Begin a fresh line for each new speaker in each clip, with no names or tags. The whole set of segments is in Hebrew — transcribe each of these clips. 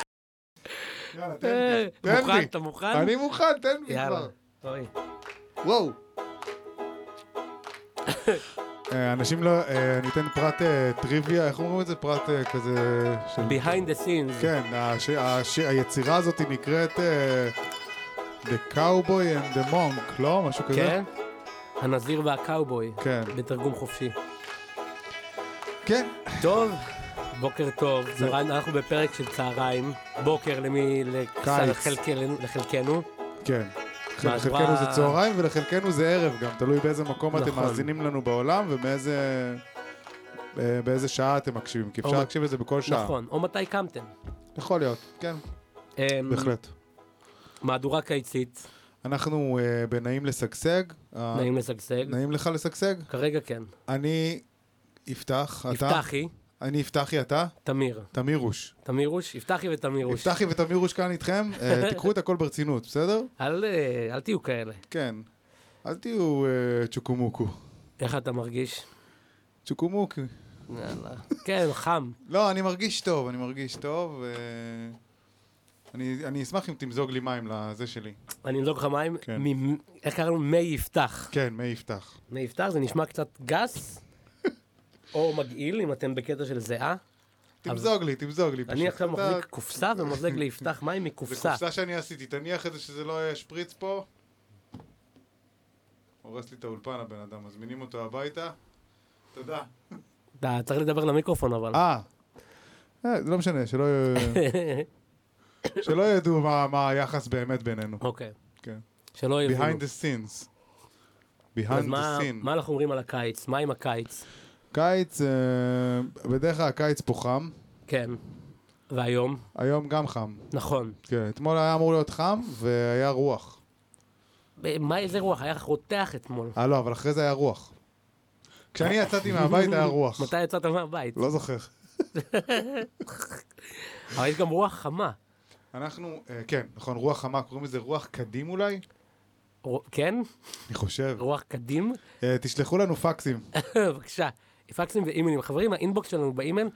יאללה,
אה, כן,
תן בי.
אתה
כן, תן בי.
מוכן? אתה מוכן?
אני מוכן, תן בי
יאללה,
כבר.
אוי.
וואו.
אה, אנשים לא... אה, אני אתן פרט אה, טריוויה, איך אומרים את זה? פרט אה, כזה של...
Behind the scenes.
כן, הש... הש... היצירה הזאת היא נקראת אה, The Cowboy and the Monk, לא? משהו כזה?
כן? הנזיר והקאובוי.
כן.
בתרגום חופשי.
כן.
טוב, בוקר טוב. צהריים, אנחנו בפרק של צהריים. בוקר למי... לק-
קיץ.
לחלקנו- לחלקנו.
כן.
מה,
לחלקנו זה
מה-
צהריים ולחלקנו זה ערב גם, תלוי באיזה מקום אתם
נכון.
מאזינים לנו בעולם ובאיזה אה, באיזה שעה אתם מקשיבים, כי אפשר
או-
להקשיב לזה בכל שעה.
אוקיי. נכון. או מתי קמתם.
יכול להיות, כן,
אמ,
בהחלט.
מהדורה קיצית.
אנחנו אה, בנעים לשגשג, אה,
נעים לשגשג.
נעים לך לשגשג?
כרגע כן.
אני יפתח, אתה?
יפתחי,
אני יפתחי, אתה?
תמיר.
תמירוש.
תמירוש? יפתחי ותמירוש.
יפתחי ותמירוש כאן איתכם, אה, תיקחו את הכל ברצינות, בסדר?
אל אה, אל תהיו כאלה.
כן. אל תהיו אה, צ'וקומוקו.
איך אתה מרגיש?
צ'וקומוקו.
יאללה. כן, חם.
לא, אני מרגיש טוב, אני מרגיש טוב. אה, אני, אני אשמח אם תמזוג לי מים לזה שלי.
אני אמזוג לך מים.
כן.
מ- איך קראנו? מי יפתח.
כן, מי יפתח.
מי יפתח זה נשמע קצת גס, או מגעיל, אם אתם בקטע של זיעה.
תמזוג לי, תמזוג לי.
אני
פשוט.
עכשיו
אתה-
מחזיק קופסה ומוזג ליפתח מים
זה
מקופסה.
קופסה שאני עשיתי, תניח את זה שזה לא יהיה שפריץ פה. הורס לי את האולפן הבן אדם, מזמינים אותו הביתה. תודה.
אתה צריך לדבר למיקרופון אבל.
אה. אה, זה לא משנה, שלא יהיה- שלא ידעו מה- מה היחס באמת בינינו.
אוקיי.
כן.
שלא יבינו.
Behind the scenes.
אז
Behind
מה-
the scene.
מה אנחנו אומרים על הקיץ? מה עם הקיץ?
קיץ, אה, בדרך כלל הקיץ פה חם,
כן. והיום?
היום גם חם.
נכון.
כן, אתמול היה אמור להיות חם והיה רוח.
ב- מה איזה רוח? היה רותח אתמול.
אה לא, אבל אחרי זה היה רוח. כשאני יצאתי מהבית היה רוח.
מתי יצאת מהבית?
לא זוכר.
אבל יש גם רוח חמה.
אנחנו, אה, כן, נכון, רוח חמה, קוראים לזה רוח קדים אולי?
ר- כן?
אני חושב.
רוח קדים?
אה, תשלחו לנו פקסים.
בבקשה. פקסים ואימיילים. חברים, האינבוקס שלנו באימייל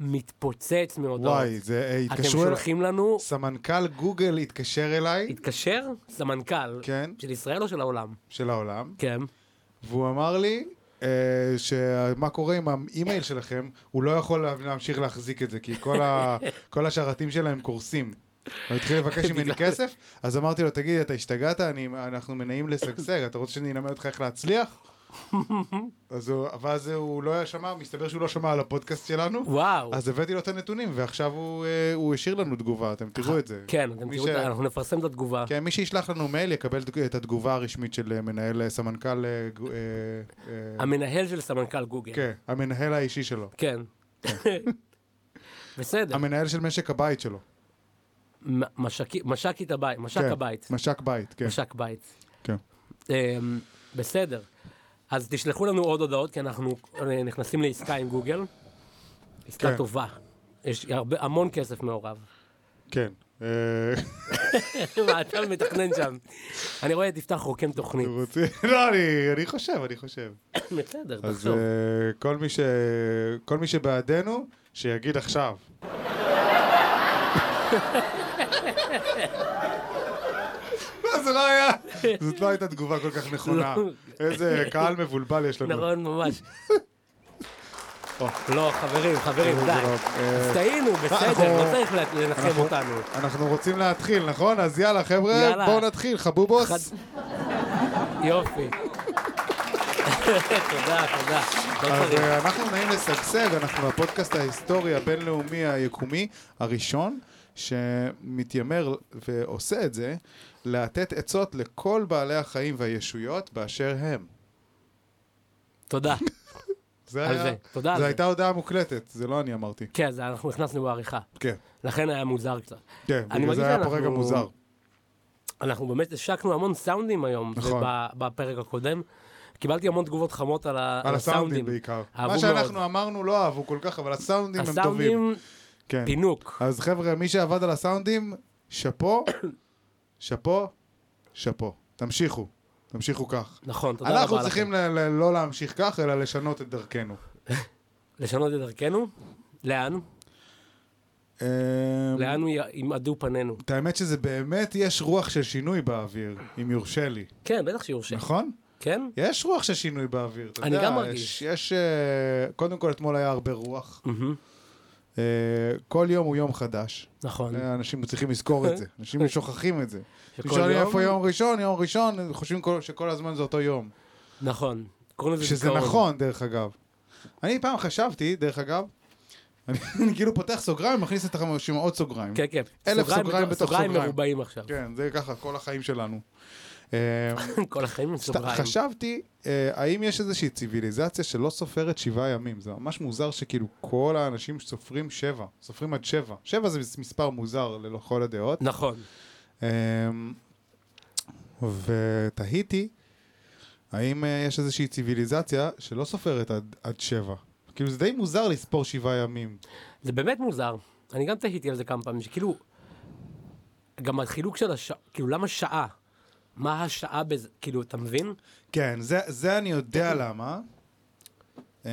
מתפוצץ מהודעות.
וואי, זה, אה,
אתם
התקשרו אליי.
שולחים לנו,
סמנכ"ל גוגל התקשר אליי,
התקשר סמנכ"ל,
כן,
של ישראל או של העולם?
של העולם,
כן.
והוא אמר לי, אה, שמה קורה עם האימייל שלכם, הוא לא יכול לה- להמשיך להחזיק את זה, כי כל, ה... כל השרתים שלהם קורסים. הוא התחיל לבקש ממני כסף, אז אמרתי לו, תגיד, אתה השתגעת? אני, אנחנו מנעים לשגשג, אתה רוצה שאני אלמד אותך איך להצליח? אז הוא, ואז הוא לא שמע, מסתבר שהוא לא שמע על הפודקאסט שלנו.
וואו.
אז הבאתי לו את הנתונים, ועכשיו הוא, אה, הוא השאיר לנו תגובה, אתם תראו את זה.
כן, אתם
מי
תראו,
ש-
את ה- אנחנו נפרסם את התגובה.
כן, מי שישלח לנו מייל יקבל את- את התגובה הרשמית של אה, מנהל, אה, סמנכ"ל, אה, גו- אה, אה,
המנהל של סמנכ"ל גוגל.
כן, המנהל האישי שלו.
כן. בסדר.
המנהל של משק הבית שלו.
מ- משקי- משקית הבית, משק
כן,
הבית.
משק בית, כן.
משק בית.
כן.
אמ, בסדר. אז תשלחו לנו עוד הודעות, כי אנחנו אה, נכנסים לעסקה עם גוגל. עסקה
כן.
טובה. יש הרבה, המון כסף מעורב.
כן. אה,
מה אתה מתכנן שם? אני רואה את יפתח רוקם תוכנית.
הוא רוצה... לא, אני- אני חושב, אני חושב.
בסדר,
אז
תחשוב.
אה, כל מי ש... כל מי שבעדנו, שיגיד עכשיו. לא, זה לא היה... זאת לא הייתה תגובה כל כך נכונה.
לא.
איזה קהל מבולבל יש לנו.
נכון, ממש.
או.
לא, חברים, חברים,
זה
די.
לא, אה,
אז טעינו, בסדר,
אנחנו-
לא צריך לה- לנחם
אנחנו-
אותנו.
אנחנו רוצים להתחיל, נכון? אז יאללה, חבר'ה,
יאללה.
בואו נתחיל, חבובוס.
חד- לא יופי. תודה, תודה. לא
אז
צריך.
אה, אנחנו נעים לשגשג, אנחנו הפודקאסט ההיסטורי הבינלאומי היקומי הראשון שמתיימר ועושה את זה, לתת עצות לכל בעלי החיים והישויות באשר הם.
תודה.
זה
על
היה...
זה, תודה על
זו
זה.
הייתה הודעה מוקלטת, זה לא אני אמרתי.
כן, זה אנחנו הכנסנו בעריכה.
כן,
לכן היה מוזר קצת.
כן,
אני
בגלל
מרגיש
זה היה פה
שאנחנו-
רגע מוזר.
אנחנו באמת השקנו המון סאונדים היום,
נכון.
וב- בפרק הקודם. קיבלתי המון תגובות חמות על ה-
על הסאונדים בעיקר.
אהבו
מה שאנחנו
מאוד.
אמרנו לא אהבו כל כך, אבל הסאונדים הם טובים.
הסאונדים,
כן.
פינוק.
אז חבר'ה, מי שעבד על הסאונדים, שאפו, שאפו, שאפו. תמשיכו, תמשיכו כך.
נכון, תודה רבה לכם.
אנחנו צריכים ל- ל- לא להמשיך כך, אלא לשנות את דרכנו.
לשנות את דרכנו? לאן?
אה,
לאן הוא י- ימעדו פנינו.
את האמת שזה באמת, יש רוח של שינוי באוויר, אם יורשה לי,
כן, בטח שיורשה.
נכון?
כן?
יש רוח של שינוי באוויר, אתה
אני
יודע.
גם
יש-
מרגיש.
יש... אה, קודם כל, אתמול היה הרבה רוח.
מהמם.
אה, כל יום הוא יום חדש.
נכון.
אה, אנשים צריכים לזכור את זה, אנשים שוכחים את זה.
שכל
שואלים
יום-
איפה יום ראשון, יום ראשון, הם חושבים כל- שכל הזמן זה אותו יום.
נכון. קוראים לזה
שזה
זיכרון.
נכון, דרך אגב. אני פעם חשבתי, דרך אגב, אני אני כאילו פותח סוגריים, מכניס את הרשימה עוד סוגריים.
כן, כן.
אלף סוגריים בתוך סוגריים.
סוגריים מרובעים עכשיו.
כן, זה ככה, כל החיים שלנו. אה,
כל החיים הם
סת-
סוגריים.
חשבתי, אה, האם יש איזושהי ציוויליזציה שלא סופרת שבעה ימים? זה ממש מוזר שכאילו כל האנשים סופרים שבע, סופרים עד שבע. שבע זה מס- מספר מוזר לכל הדעות.
נכון.
אה, ותהיתי, האם אה, יש איזושהי ציוויליזציה שלא סופרת עד, עד שבע? כאילו זה די מוזר לספור שבעה ימים.
זה באמת מוזר. אני גם תהיתי על זה כמה פעמים, שכאילו, גם החילוק של השעה, כאילו, למה שעה? מה השעה בזה? כאילו, אתה מבין?
כן, זה, זה אני יודע למה. אה,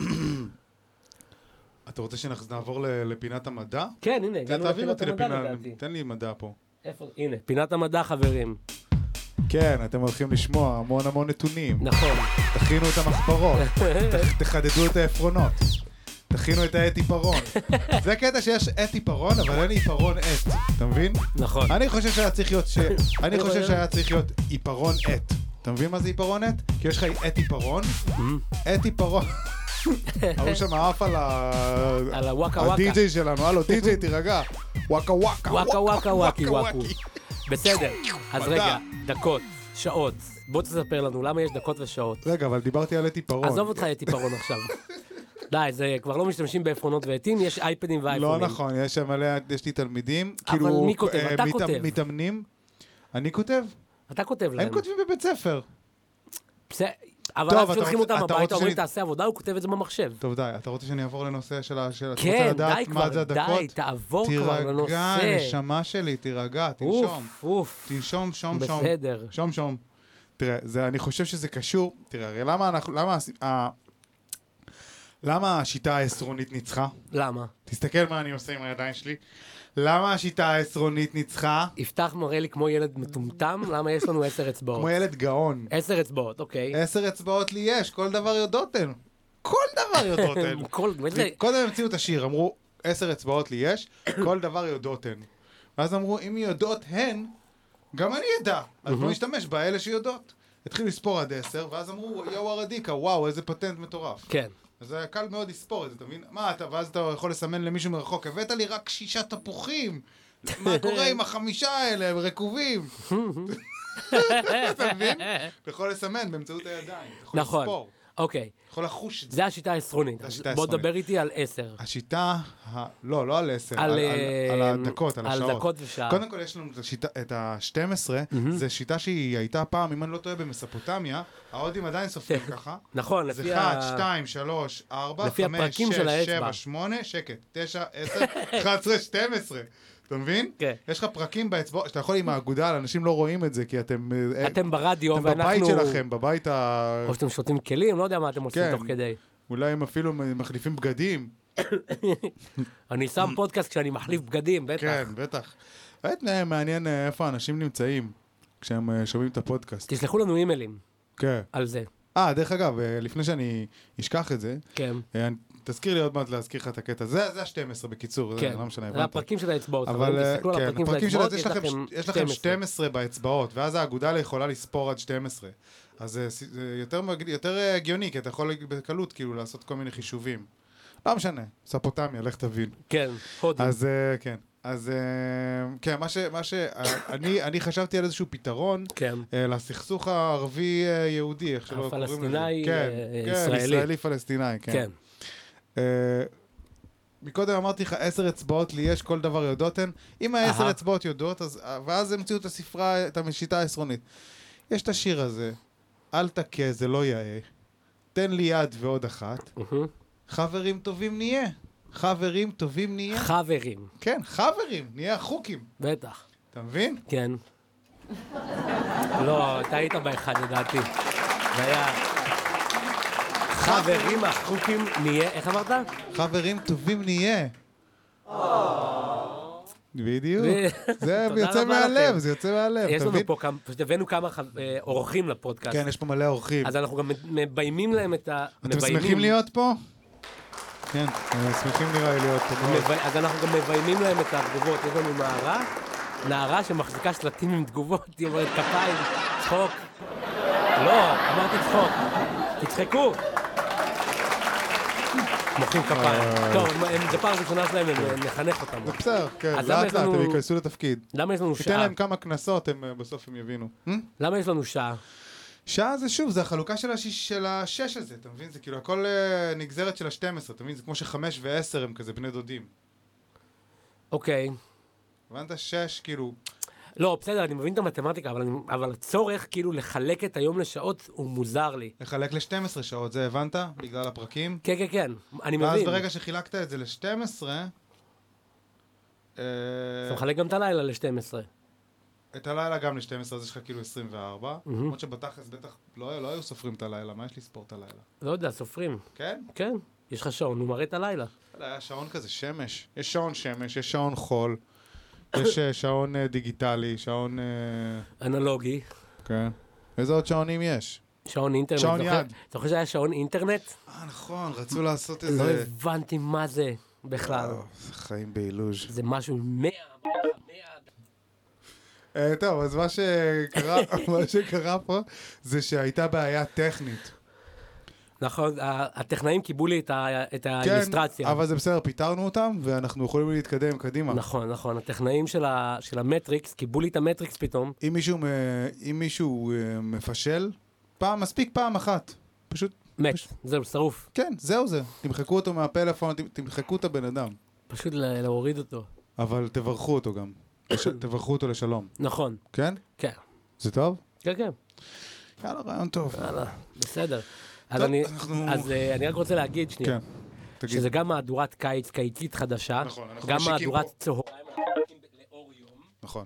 אתה רוצה שנעבור ל- לפינת המדע?
כן, הנה, הגענו
תעביר אותי
לפינת המדע
לפינה,
לדעתי.
תן לי מדע פה.
איפה? הנה, פינת המדע, חברים.
כן, אתם הולכים לשמוע המון המון נתונים.
נכון.
תכינו את המחפרות, ת- תחדדו את העפרונות, תכינו את העט עיפרון. זה קטע שיש עט עיפרון, אבל אין עיפרון עט, אתה מבין?
נכון.
אני חושב שהיה צריך להיות ש... אני חושב
רואה.
שהיה צריך להיות עיפרון עט. אתה מבין מה זה עיפרון עט? כי יש לך עט עיפרון,
Mm-hmm.
עט עיפרון. ההוא שם עף על ה...
על הוואקה וואקה.
הדי-ג'יי שלנו, הלו, די-ג'יי, תירגע. וואקה וואקה.
וואקה וואקה וואקי וואקו.
וואקי.
בסדר, אז
מדע.
רגע, דקות, שעות. בוא תספר לנו למה יש דקות ושעות.
רגע, אבל דיברתי על עט עיפרון.
עזוב אותך את עיפרון עכשיו. די, זה כבר לא משתמשים בעפרונות ועטים, יש אייפדים
לא
ואייפונים.
נכון, יש שם מלא, יש לי תלמידים,
אבל
כאילו,
מי כותב?
אה,
אתה
מתאמ-
כותב. כן.
מתאמנים. אני כותב,
אתה כותב להם.
הם כותבים בבית ספר.
בסדר, אבל
טוב,
אז
אתה
שולחים
רוצה-
אותם
אתה רוצה
הביתה, אומרים
שאני-
תעשה עבודה, הוא כותב את זה במחשב.
טוב, די, אתה רוצה שאני אעבור לנושא של ה... של- אתה רוצה
כן, די
לדעת מה זה
כבר,
הדקות?
די, תעבור כבר
תירגע,
לנושא.
נשמה שלי, תירגע, תנשום.
אוף, אוף.
תנשום, שום, שום.
בסדר.
שום, שום. תראה, זה, אני חושב שזה קשור. תראה, הרי למה אנחנו... למה... הס- ה- למה השיטה העשרונית ניצחה?
למה?
תסתכל מה אני עושה עם הידיים שלי. למה השיטה העשרונית ניצחה?
יפתח מראה לי כמו ילד מטומטם, למה יש לנו עשר אצבעות?
כמו ילד אה, גאון.
עשר אצבעות, אוקיי.
עשר אצבעות לי יש, כל דבר יודעות הן. כל דבר יודעות הן.
כל... זה-
קודם המציאו את השיר, אמרו, עשר אצבעות לי יש, כל דבר יודעות הן. ואז אמרו, אם יודעות הן, גם אני אדע. אז בוא נשתמש באלה שיודעות. התחילו לספור עד עשר, ואז אמרו, יואו הרדיקה, וואו, איזה פטנט מטורף.
כן.
אז היה קל מאוד לספור את זה, אתה מבין? מה אתה, ואז אתה יכול לסמן למישהו מרחוק, הבאת לי רק שישה תפוחים. מה קורה עם החמישה האלה, הם רקובים. אתה מבין? אתה יכול לסמן באמצעות הידיים. אתה יכול
נכון.
לספור.
אוקיי.
אתה יכול לחוש את זה.
זה השיטה העשרונית.
זה
אז
השיטה
בוא
העשרונית.
דבר איתי על עשר.
השיטה, ה... לא, לא על עשר, על, על,
אה,
על, על הדקות, על השעות.
על דקות ושעה.
קודם כל יש לנו את השיטה- את ה-12, זו שיטה שהיא הייתה פעם, אם אני לא טועה, במסופוטמיה, ההודים עדיין סופרים
כן.
ככה.
נכון,
זה
לפי
1,
ה...
2, 3, 4,
לפי
5, 6,
הפרקים של האצבע.
7, 8, שקט, 9, 10, 11, 12. אתה מבין?
כן.
יש לך פרקים באצבעות, שאתה יכול עם האגודל, אנשים לא רואים את זה, כי אתם... אה,
אתם ברדיו
אתם בבית
ואנחנו...
שלכם, בבית ה...
או שאתם שותים כלים, לא יודע מה אתם עושים
כן.
תוך כדי.
אולי הם אפילו מחליפים בגדים.
אני שם פודקאסט כשאני מחליף בגדים, בטח.
כן, בטח. באמת אה, מעניין אה, איפה האנשים נמצאים כשהם אה, שומעים את הפודקאסט.
תשלחו לנו אימיילים
כן.
על זה.
אה, דרך אגב, אה, לפני שאני אשכח את זה,
כן.
אה, אני- תזכיר לי עוד מעט להזכיר לך את הקטע. זה זה ה-12 בקיצור, זה
כן.
לא משנה,
זה
הבנת.
הפרקים של האצבעות.
אבל
חברים,
אה,
תסתכלו על
כן,
הפרקים של
הפרקים של
האצבעות,
זה, יש לכם- יש לכם 12 באצבעות, ואז האגודל יכולה לספור עד 12. אז זה ס- זה יותר מג- יותר אה, הגיוני, כי אתה יכול בקלות כאילו לעשות כל מיני חישובים. לא משנה, ספוטמיה, לך תבין.
כן, הודים.
אז אה, כן. אז אה, כן, מה ש... מה ש אה, אני, אני חשבתי על איזשהו פתרון
כן.
אה, לסכסוך הערבי-יהודי, איך שלא קוראים לזה.
הפלסטיני,
כן,
אה,
כן,
ישראלי.
ישראלי-פלסטיני, כן.
כן.
אה, מקודם אמרתי לך, עשר אצבעות לי יש, כל דבר יודעות הן. אם העשר
אהה.
אצבעות יודעות, אז... אה, ואז המציאו את הספרה, את השיטה העשרונית. יש את השיר הזה, אל תכה, זה לא יאה. תן לי יד ועוד אחת.
מהמם.
חברים טובים נהיה. חברים טובים נהיה.
חברים,
כן, חברים, נהיה החוקים.
בטח.
אתה מבין?
כן. לא, אתה היית באחד לדעתי. זה היה... חברים, החוקים נהיה... איך אמרת?
חברים טובים נהיה. בדיוק.
ו-
זה
תודה
יוצא
רבה
מהלב,
לכם.
זה יוצא מהלב,
יש
אתה
לנו
מבין?
פה כמה, פשוט הבאנו כמה ח- אה, אורחים לפודקאסט.
כן, יש פה מלא אורחים.
אז אנחנו גם מביימים להם את ה...
אתם
מביימים-
שמחים להיות פה? כן, אה, שמחים נראה לי להיות פה. מאוד.
מב- אז אנחנו גם מביימים להם את התגובות. יש לנו נערה, נערה שמחזיקה שלטים עם תגובות, היא אומרת כפיים, צחוק. לא, אמרתי צחוק. תצחקו. מוחאים
אה.
כפיים. טוב, הם- הם- זו פעם ראשונה שלהם, הם- אה, נחנך אותם.
זה בסדר, כן,
אז למה
לאט
יש
לאט
לנו-
הם ייכנסו לתפקיד.
למה יש לנו
תיתן
שעה?
להם כמה קנסות, הם אה, בסוף הם יבינו. Hmm?
למה יש לנו שעה?
שעה זה שוב, זה החלוקה של, השיש, של השש הזה, אתה מבין? זה כאילו הכל אה, נגזרת של ה-12, אתה מבין? זה כמו שחמש ועשר הם כזה בני דודים.
אוקיי.
הבנת? שש, כאילו...
לא, בסדר, אני מבין את המתמטיקה, אבל, אני, אבל הצורך כאילו לחלק את היום לשעות הוא מוזר לי.
לחלק ל-12 שעות, זה הבנת? בגלל הפרקים?
כן, כן, כן, אני
ואז
מבין.
ברגע שחילקת את זה ל-12, אה,
אתה מחלק גם את הלילה ל-12.
את הלילה גם ל-12, אז יש לך כאילו 24. למרות שבתכלס בטח לא לא היו סופרים את הלילה, מה יש לספור את הלילה?
לא יודע, סופרים.
כן?
כן, יש לך שעון, הוא מראה את הלילה.
לא, היה שעון כזה, שמש. יש שעון שמש, יש שעון חול, יש אה, שעון אה, דיגיטלי, שעון... אה,
אנלוגי,
כן. איזה עוד שעונים יש?
שעון אינטרנט.
שעון
זוכר-
יד.
אתה חושב שהיה שעון אינטרנט?
אה, נכון, רצו לעשות
לא
איזה...
הבנתי מה זה בכלל.
אה, חיים באילוז'.
זה משהו מאה... מאה-
אה, טוב, אז מה שקרה, מה שקרה פה זה שהייתה בעיה טכנית. כן,
נכון, ה- הטכנאים קיבלו לי את ה- את האילוסטרציה.
כן, אבל זה בסדר, פיתרנו אותם, ואנחנו יכולים להתקדם קדימה.
נכון, נכון, הטכנאים של ה- של המטריקס קיבלו לי את המטריקס פתאום.
אם מישהו, מ- אם מישהו אה, מפשל, פעם, מספיק פעם אחת. פשוט,
מת, זהו, שרוף.
כן, זהו זה. תמחקו אותו מהפלאפון, ת- תמחקו את הבן אדם.
פשוט ל- להוריד אותו.
אבל תברכו אותו גם. לש- תברכו אותו לשלום.
נכון,
כן?
כן.
זה טוב?
כן, כן,
יאללה, רעיון טוב.
יאללה, בסדר. אז,
טוב,
אני,
אנחנו-
אז אה, אני רק רוצה להגיד שנייה,
כן. תגיד.
שזה גם מהדורת קיץ, קיצית חדשה,
נכון, אנחנו
גם
משיקים
מהדורת
פה.
צהריים,
נכון.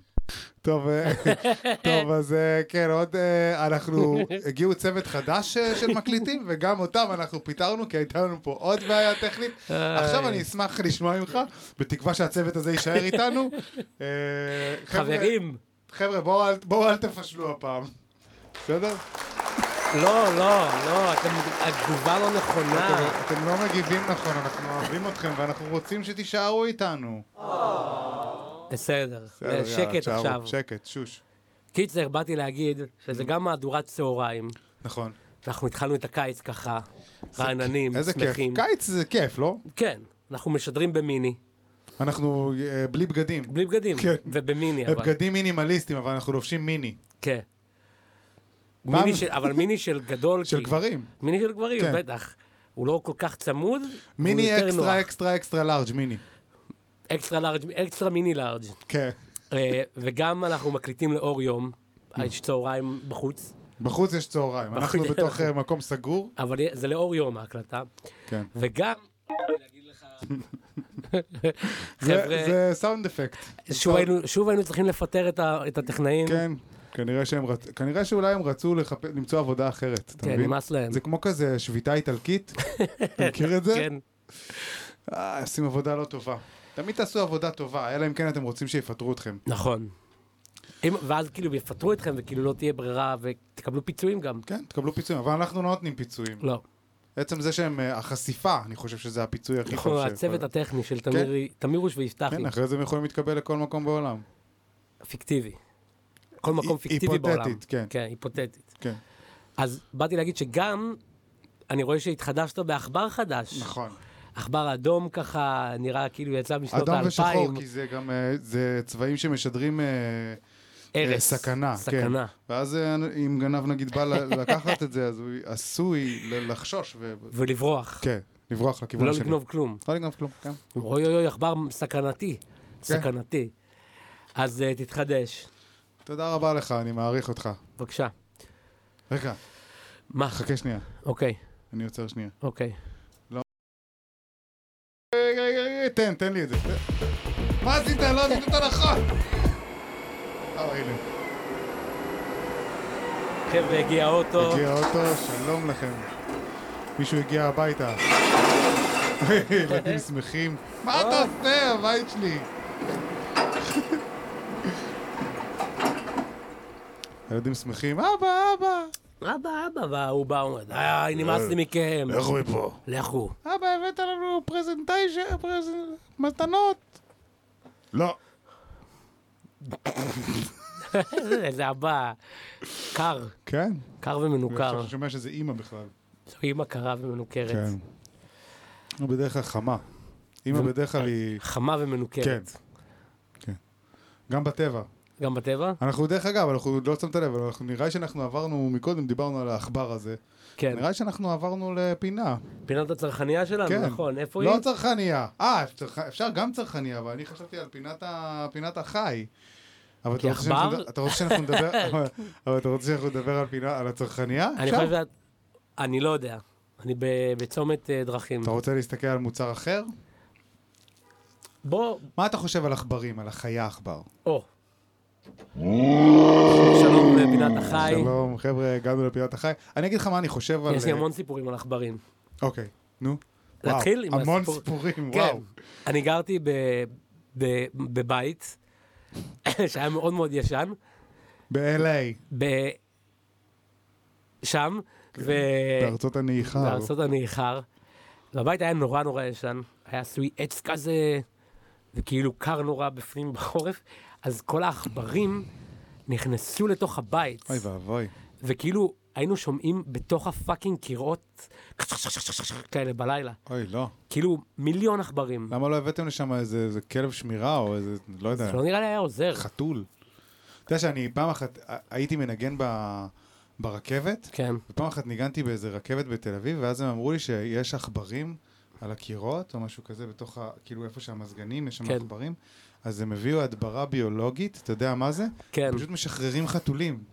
טוב, אה, טוב, אז אה, כן, עוד אה, אנחנו, הגיעו צוות חדש אה, של מקליטים, וגם אותם אנחנו פיטרנו, כי הייתה לנו פה עוד בעיה טכנית. עכשיו אני אשמח לשמוע ממך, בתקווה שהצוות הזה יישאר איתנו. אה, חבר'ה-
חברים,
חבר'ה, בואו אל- בואו אל תפשלו הפעם. בסדר?
לא, לא, לא, אתם, התגובה לא נכונה,
אתם- אתם לא מגיבים נכון, אנחנו אוהבים אתכם, ואנחנו רוצים שתישארו איתנו.
בסדר,
בסדר, יאללה,
אה, שקט
תישארו.
עכשיו.
שקט, שוש.
קיצר, באתי להגיד
Mm-hmm.
שזה גם מהדורת צהריים,
נכון.
אנחנו התחלנו את הקיץ ככה, רעננים,
איזה כיף.
שמחים,
קיץ זה כיף, לא?
כן, אנחנו משדרים במיני,
אנחנו אה, בלי בגדים.
בלי בגדים,
כן.
ובמיני אבל,
בגדים מינימליסטיים, אבל אנחנו לובשים מיני.
כן.
מה-
מיני של, אבל מיני של גדול,
של
כי-
גברים.
מיני של גברים,
כן.
בטח. הוא לא כל כך צמוד, הוא
מיני
יותר
אקסטרה
נוח.
אקסטרה אקסטרה לארג' מיני.
אקסטרה לארג', אקסטרה מיני לארג'.
כן.
אה, וגם אנחנו מקליטים לאור יום, יש צהריים בחוץ,
בחוץ יש צהריים, אנחנו
בחוץ.
בתוך אה, מקום סגור.
אבל זה לאור יום ההקלטה.
כן.
וגם...
זה-
חבר'ה,
זה סאונד אפקט.
שוב היינו- שוב היינו צריכים לפטר את ה- את הטכנאים.
כן, כנראה שהם רצ- כנראה שאולי הם רצו לחפ- למצוא עבודה אחרת, אתה
כן,
מבין?
נמאס להם.
זה כמו כזה שביתה איטלקית, אתה מכיר את זה?
כן,
אה, עושים עבודה לא טובה. תמיד תעשו עבודה טובה, אלא אם כן אתם רוצים שיפטרו אתכם.
נכון. אם- ואז כאילו יפטרו אתכם וכאילו לא תהיה ברירה ותקבלו פיצויים גם.
כן, תקבלו פיצויים, אבל אנחנו לא נותנים פיצויים.
לא.
עצם זה שהם, אה, החשיפה, אני חושב שזה הפיצוי הכי
אנחנו
טוב. שיכול
נכון, הצוות
להיות.
הטכני של תמיר- תמירוש ויפתחי,
נכון, כן, אחרי זה הם יכולים להתקבל לכל מקום בעולם.
פיקטיבי. כל מקום
הי-
פיקטיבי בעולם.
היפותטית, כן.
כן, היפותטית.
כן,
אז באתי להגיד שגם, אני רואה שהתחדשת בעכבר חדש.
נכון.
עכבר אדום ככה, נראה כאילו יצא משנות
אדום
האלפיים.
ושחור, כי זה גם, אה, זה צבעים שמשדרים אה, אה,
ארץ.
סכנה.
סכנה.
כן. ואז אה, אם גנב נגיד בא ל- לקחת את זה, אז הוא עשוי ל- לחשוש, ו-
ולברוח.
כן, לברוח
ולא
לכיוון השני.
לגנוב כלום.
לא לגנוב כלום, כן.
אוי אוי אוי, עכבר סכנתי. סכנתי. אז אה, תתחדש.
תודה רבה לך, אני מעריך אותך.
בבקשה.
רגע,
מה?
חכה שנייה,
אוקיי,
אני עוצר שנייה.
אוקיי.
רגע, רגע, רגע, תן, תן לי את זה. מה עשית? לא עשית את הנכון! אה, הנה.
חבר'ה, הגיע האוטו.
הגיע אוטו, שלום לכם. מישהו הגיע הביתה. ילדים שמחים. מה אתה עושה, הבית שלי? ילדים שמחים, אבא, אבא.
אבא, אבא, וההוא בא, הוא אומר, די, נמאס לי מכם.
לכו מפה.
לכו.
אבא, הבאת לנו פרזנטיישן, פרזנ- מתנות. לא.
איזה אבא. קר,
כן.
קר
עכשיו
ומנוכר.
אני שומע שזה אימא בכלל.
זו אימא קרה ומנוכרת.
כן. הוא בדרך כלל חמה. אימא בדרך כלל היא...
חמה ומנוכרת.
כן. כן. גם בטבע.
גם בטבע?
אנחנו, דרך אגב, אנחנו לא שמת לב, אבל אנחנו- נראה לי שאנחנו עברנו, מקודם דיברנו על העכבר הזה.
כן.
נראה לי שאנחנו עברנו לפינה.
פינת הצרכנייה שלנו,
כן.
נכון. איפה היא?
לא צרכניה. אה, צרכ- אפשר גם צרכניה, אבל אני חשבתי על פינת ה- פינת החי. אבל אתה
כי
רוצה שאנחנו
עכבר?
נד- אתה רוצה שאנחנו נדבר אבל אתה רוצה שאנחנו נדבר על פינה, על הצרכניה?
אני
עכשיו?
חושב שאת... אני לא יודע. אני ב- בצומת אה, דרכים.
אתה רוצה להסתכל על מוצר אחר?
בוא,
מה אתה חושב על עכברים, על החיה עכבר?
או. שלום לפינת החי.
שלום, חבר'ה, הגענו לפינת החי. אני אגיד לך מה אני חושב על...
יש לי המון סיפורים על עכברים.
אוקיי, נו.
להתחיל
וואו,
עם
המון
הסיפור.
סיפורים,
כן.
וואו.
אני גרתי ב- ב- בבית שהיה מאוד מאוד ישן,
ב-LA,
ב- שם, ו-
כן. בארצות הנאיחה.
בארצות הנאיחר. והבית היה נורא נורא ישן, היה עשוי עץ כזה, וכאילו קר נורא בפנים בחורף, אז כל העכברים נכנסו לתוך הבית,
אוי ואבוי.
וכאילו היינו שומעים בתוך הפאקינג קירות כאלה בלילה.
אוי, לא.
כאילו מיליון עכברים.
למה לא הבאתם לשם איזה איזה כלב שמירה או איזה, לא יודע,
זה לא נראה לי היה עוזר.
חתול? אתה יודע שאני פעם אחת ה- הייתי מנגן ב- ברכבת,
כן.
ופעם אחת ניגנתי באיזה רכבת בתל אביב, ואז הם אמרו לי שיש עכברים על הקירות או משהו כזה, בתוך, ה, כאילו איפה שהמזגנים, יש שם
כן.
עכברים. אז הם הביאו הדברה ביולוגית, אתה יודע מה זה?
כן.
פשוט משחררים חתולים.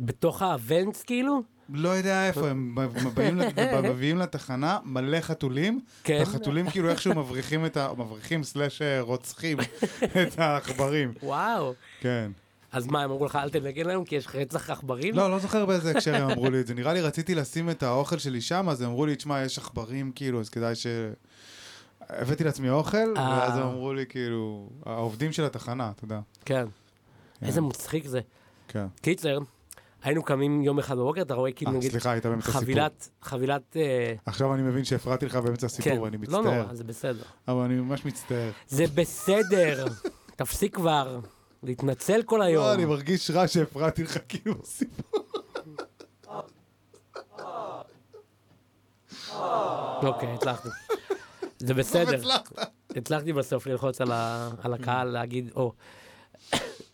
בתוך האבנס כאילו?
לא יודע איפה, הם מ- באים לת- מביאים לתחנה מלא חתולים,
כן.
החתולים כאילו איכשהו מבריחים את ה... מבריחים סלאש אה, רוצחים את העכברים,
וואו.
כן.
אז מה, הם אמרו לך אל תנגן היום כי יש רצח עכברים?
לא, לא זוכר באיזה הקשר הם אמרו לי את זה. נראה לי רציתי לשים את האוכל שלי שם, אז הם אמרו לי, תשמע, יש עכברים, כאילו, אז כדאי ש... הבאתי לעצמי אוכל,
אה.
ואז הם אמרו לי, כאילו, העובדים של התחנה, אתה יודע.
כן.
אה.
איזה מצחיק זה.
כן.
קיצר, היינו קמים יום אחד בבוקר, אתה רואה כאילו
אה,
נגיד
סליחה, היית באמצע סיפור.
חבילת, חבילת, אה,
עכשיו אני מבין שהפרעתי לך באמצע
כן,
הסיפור, ואני
לא
מצטער.
נורא, זה בסדר.
אבל אני ממש מצטער.
זה בסדר, תפסיק כבר, להתנצל כל היום.
לא, אני מרגיש רע שהפרעתי לך כאילו בסיפור.
אוקיי, הצלחתי. זה
לא,
בסדר,
הצלחת.
הצלחתי בסוף ללחוץ על ה- על הקהל, להגיד, או,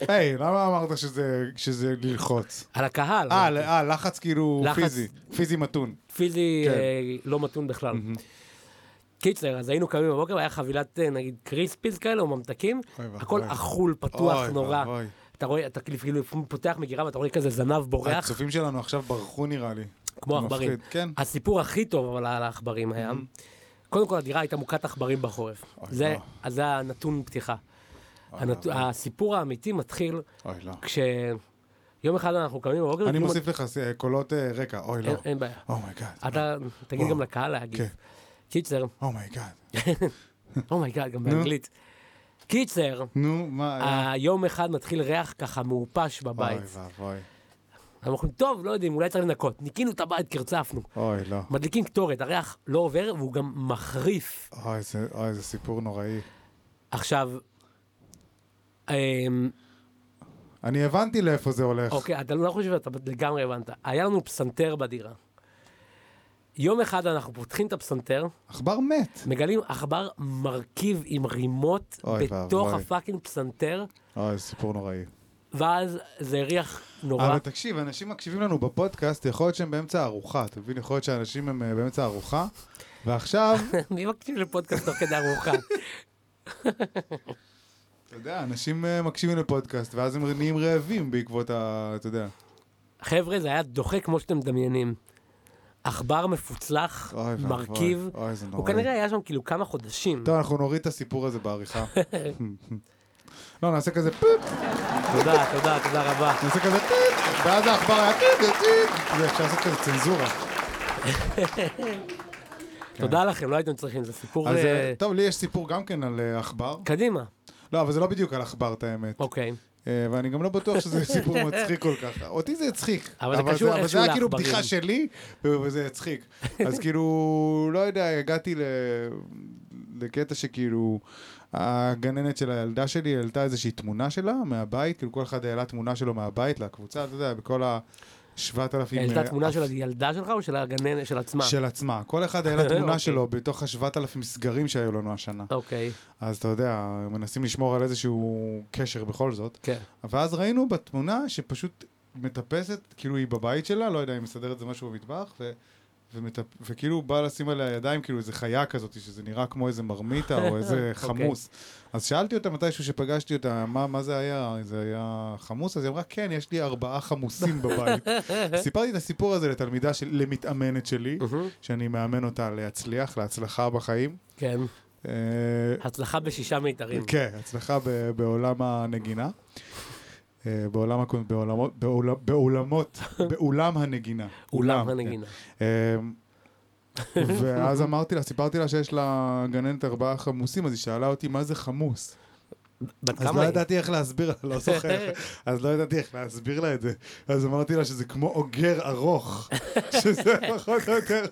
היי, למה אמרת שזה- שזה ללחוץ?
על הקהל.
אה, ל- אה, לחץ כאילו
לחץ-
פיזי, פיזי מתון.
פיזי
כן.
אה, לא מתון בכלל. קיצר, אז היינו קמים בבוקר, היה חבילת אה, נגיד קריספיז כאלה או ממתקים,
אוי ואבוי.
הכל אכול, פתוח,
אוי
נורא.
ואבוי.
אתה רואה, אתה כאילו כאילו פותח מגירה ואתה רואה כזה זנב בורח,
הצופים שלנו עכשיו ברחו נראה לי.
כמו
זה
עכברים.
מפחיד, כן.
הסיפור הכי טוב אבל על העכברים היה, קודם כל הדירה הייתה מוכת עכברים בחורף.
אוי,
זה-
לא.
אז זה הנתון פתיחה. הנת- הסיפור האמיתי מתחיל
אוי לא.
כש... יום אחד אנחנו קמים בבוקר,
אני
כאילו-
מוסיף לך אה, קולות אה, רקע, אוי לא.
אין- אין בעיה.
אומייגאד,
אתה תגיד גם לקהל להגיד.
כן.
קיצר,
Oh אומייגאד.
אומייגאד, גם באנגלית. קיצר,
נו, מה
אה,
היה?
היום אחד מתחיל ריח ככה מעופש בבית.
אוי ואבוי.
אנחנו אומרים, טוב, לא יודעים, אולי צריך לנקות. ניקינו את הבית, קרצפנו.
אוי לא.
מדליקים קטורת, הריח לא עובר והוא גם מחריף.
אוי, זה- אוי, זה סיפור נוראי.
עכשיו, אמ,
אני הבנתי לאיפה זה הולך.
אוקיי, אתה לא חושב, אתה לגמרי הבנת. היה לנו פסנתר בדירה. יום אחד אנחנו פותחים את הפסנתר,
עכבר מת.
מגלים עכבר מרכיב עם רימות
אוי
בתוך
ואבוי.
הפאקינג פסנתר,
אוי, זה סיפור נוראי.
ואז זה הריח נורא.
אבל תקשיב, אנשים מקשיבים לנו בפודקאסט, יכול להיות שהם באמצע הארוחה, אתה מבין? יכול להיות שאנשים הם אה, באמצע הארוחה, ועכשיו,
מי מקשיב לפודקאסט תוך כדי ארוחה?
אתה יודע, אנשים אה, מקשיבים לפודקאסט, ואז הם נהיים רעבים בעקבות ה... אתה יודע.
חבר'ה, זה היה דוחה כמו שאתם מדמיינים. עכבר מפוצלח,
אוי ואבוי.
מרכיב.
אוי, זה
הוא
נוראי.
כנראה היה שם כאילו כמה חודשים.
טוב, אנחנו נוריד את הסיפור הזה בעריכה. לא, נעשה כזה פיפ,
תודה, תודה, תודה רבה.
נעשה כזה פיפ, ואז
אוקיי.
העכבר היה פיפ, פיפ, פיפ. זה אפשר לעשות כזה צנזורה.
תודה לכם, לא הייתם צריכים, זה סיפור...
כן. אז,
אה,
אה, טוב, לי יש סיפור גם כן על אה, עכבר.
קדימה.
לא, אבל זה לא בדיוק על עכבר, את האמת.
אוקיי.
אה, ואני גם לא בטוח שזה סיפור מצחיק כל כך. אותי זה הצחיק.
אבל זה קשור
אבל
איכשהו
זה היה כאילו
לעכברים.
בדיחה שלי, וזה הצחיק. אז כאילו, לא יודע, הגעתי ל... לקטע שכאילו, הגננת של הילדה שלי העלתה איזושהי תמונה שלה מהבית, כאילו כל אחד העלה תמונה שלו מהבית לקבוצה, אתה יודע, בכל ה... 7,000...
העלתה
אה,
תמונה של הילדה שלך או של הגננת של עצמה?
של עצמה. כל אחד העלה
אוקיי.
תמונה שלו בתוך ה-7,000 סגרים שהיו לנו השנה.
אוקיי,
אז אתה יודע, מנסים לשמור על איזשהו קשר בכל זאת.
כן.
ואז ראינו בתמונה שפשוט מטפסת, כאילו היא בבית שלה, לא יודע, היא מסדרת איזה משהו במטבח, ו... ומטפ... וכאילו בא לשים עליה ידיים, כאילו איזה חיה כזאת, שזה נראה כמו איזה מרמיתה או איזה חמוס. אז שאלתי אותה מתישהו שפגשתי אותה, מה, מה זה היה? זה היה חמוס? אז היא אמרה, כן, יש לי ארבעה חמוסים בבית. סיפרתי את הסיפור הזה לתלמידה, של... למתאמנת שלי,
מהמם.
שאני מאמן אותה להצליח, להצלחה בחיים.
כן.
אה,
הצלחה בשישה מיתרים.
כן, הצלחה ב- בעולם הנגינה. אה, בעולם, הקונ- בעולמות, בעול- בעולמות, באולם הנגינה.
אולם
כן.
הנגינה.
אמ, ואז אמרתי לה, סיפרתי לה שיש לה גננת ארבעה חמוסים, אז היא שאלה אותי מה זה חמוס.
בת
אז
כמה
לא
היא?
ידעתי איך להסביר לה, לא זוכר. אז לא ידעתי איך להסביר לה את זה. אז אמרתי לה שזה כמו אוגר ארוך, שזה פחות או יותר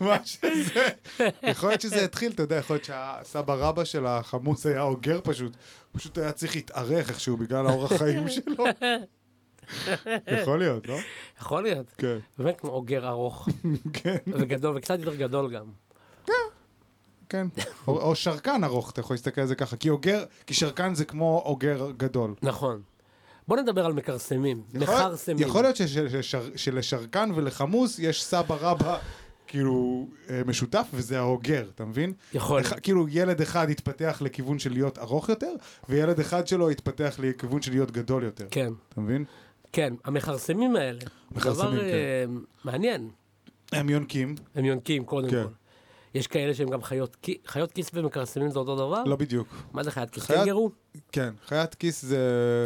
מה שזה. יכול להיות שזה התחיל, אתה יודע, יכול להיות שהסבא רבא של החמוס היה אוגר פשוט. הוא פשוט היה צריך להתארך איכשהו בגלל האורח חיים שלו. יכול להיות, לא?
יכול להיות.
כן,
באמת כמו אוגר ארוך.
כן,
וגדול, וקצת יותר גדול גם.
כן. או או שרקן ארוך, אתה יכול להסתכל על זה ככה. כי אוגר, כי שרקן זה כמו אוגר גדול.
נכון. בוא נדבר על מכרסמים.
יכול-
מכרסמים.
יכול להיות שש- שש- שלשרקן ולחמוס יש סבא רבא כאילו אה, משותף, וזה האוגר, אתה מבין?
יכול.
אח- כאילו ילד אחד התפתח לכיוון של להיות ארוך יותר, וילד אחד שלו התפתח לכיוון של להיות גדול יותר.
כן.
אתה מבין?
כן, המכרסמים האלה.
מכרסמים,
דבר
כן.
אה, מעניין. אה.
הם יונקים,
הם יונקים קודם
כן.
כל. יש כאלה שהם גם חיות כיס, חיות כיס ומכרסמים זה אותו דבר?
לא בדיוק.
מה זה חיית כיס?
חיית-
קנגרו?
כן, חיית כיס זה...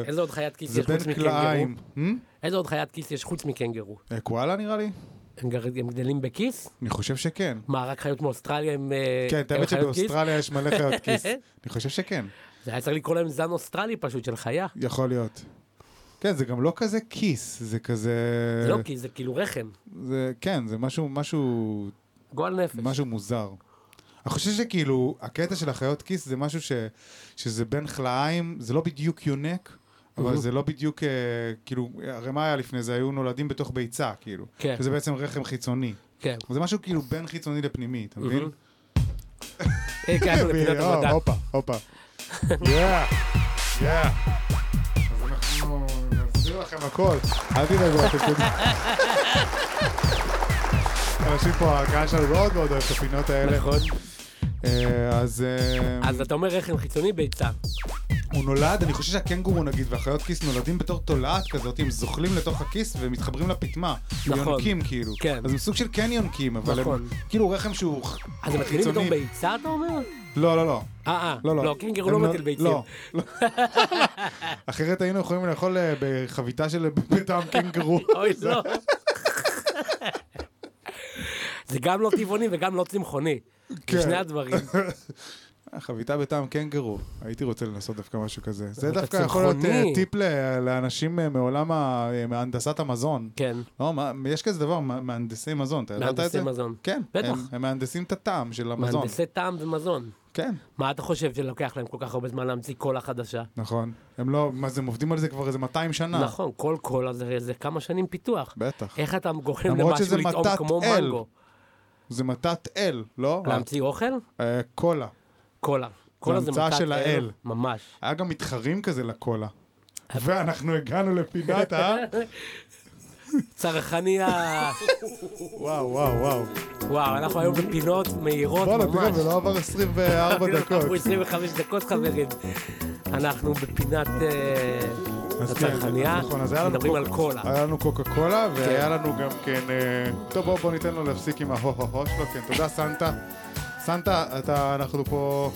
איזה עוד חיית כיס
זה
יש חוץ
בין
מקנגרו?
כלאיים. Hmm?
איזה עוד חיית כיס יש חוץ מקנגרו?
אה, קואלה נראה לי?
הם גר- הם גדלים בכיס?
אני חושב שכן.
מה, רק חיות מאוסטרליה הם אה,
כן, את
הם
האמת
אה, חיות כיס?
שבאוסטרליה יש מלא חיות כיס. אני חושב שכן,
זה היה צריך לקרוא להם זן אוסטרלי פשוט של חיה.
יכול להיות. כן, זה גם לא כזה כיס, זה כזה...
זה לא כיס, זה כאילו רחם.
זה, כן, זה משהו, משהו,
גועל נפש.
משהו מוזר. אני חושב שכאילו, הקטע של החיות כיס זה משהו ש, שזה בין חלאיים, זה לא בדיוק יונק, אבל
אהה.
זה לא בדיוק, אה, כאילו, הרי מה היה לפני זה? היו נולדים בתוך ביצה, כאילו.
כן.
שזה בעצם רחם חיצוני.
כן.
זה משהו כאילו בין חיצוני לפנימי, אתה מבין?
אה, כן, אנחנו לפינת
אה,
המדע.
הופה, הופה. יאה, יאה. אז אנחנו נסביר לכם הכל. אל תדאגו, אתם תדעו. אנשים פה, הקהל שלנו מאוד מאוד אוהב את הפינות האלה.
נכון.
אה, אז אה,
אז אתה אומר רחם חיצוני ביצה.
הוא נולד, אני חושב שהקנגורו נגיד והחיות כיס נולדים בתור תולעת כזאת, הם זוחלים לתוך הכיס ומתחברים לפטמה.
נכון.
יונקים כאילו.
כן.
אז הם סוג של כן יונקים, אבל
נכון.
הם כאילו רחם שהוא חיצוני.
אז הם מתחילים בתור ביצה אתה אומר?
לא, לא, לא.
אה, אה.
לא, לא.
לא, קנגרו
הם
לא מטיל ביצים.
לא, לא. אחרת היינו יכולים לאכול אה, בחביתה של בטעם קנגרו.
אוי, לא. זה גם לא טבעוני וגם לא צמחוני.
כן.
זה שני הדברים.
חביתה בטעם קנגרו. הייתי רוצה לנסות דווקא משהו כזה. זה
אתה
דווקא יכול להיות אה,
צמחוני.
טיפ ל- לאנשים אה, מעולם ה- אה, מהנדסת המזון.
כן.
לא, מה- יש כזה דבר, מה- מהנדסי מזון, אתה ידעת את זה?
מהנדסי מזון.
כן.
בטח.
הם- הם מהנדסים את הטעם של המזון.
מהנדסי טעם ומזון.
כן,
מה אתה חושב שלוקח להם כל כך הרבה זמן להמציא קולה חדשה?
נכון. הם לא, מה זה, הם עובדים על זה כבר איזה 200 שנה.
נכון, כל קולה זה זה כמה שנים פיתוח.
בטח.
איך אתה גורם
למרות
למשהו
שזה
לטעום
מתת
כמו
אל. אה.
מנגו?
זה מתת אל, לא?
להמציא אוכל?
אה, קולה.
קולה. קולה זה
המצאה
מתת
של
אל.
האל.
ממש.
היה גם מתחרים כזה לקולה. ואנחנו הגענו לפינת ה...
צרכני ה...
וואו, וואו, וואו.
וואו, אנחנו היום בפינות מהירות
בואנה,
ממש.
תראה, זה לא עבר 24
אפילו
דקות.
אנחנו 25 דקות חברים. אנחנו בפינת אה,
אז כן,
הצרכנייה,
נכון, אז היה לנו אה,
מדברים
קוק-
על קולה.
היה לנו קוקה קולה, והיה לנו גם כן... אה, טוב, בואו בוא ניתן לו להפסיק עם ההו-הו-הו שלו, כן, תודה, סנטה. סנטה, אתה, אנחנו פה...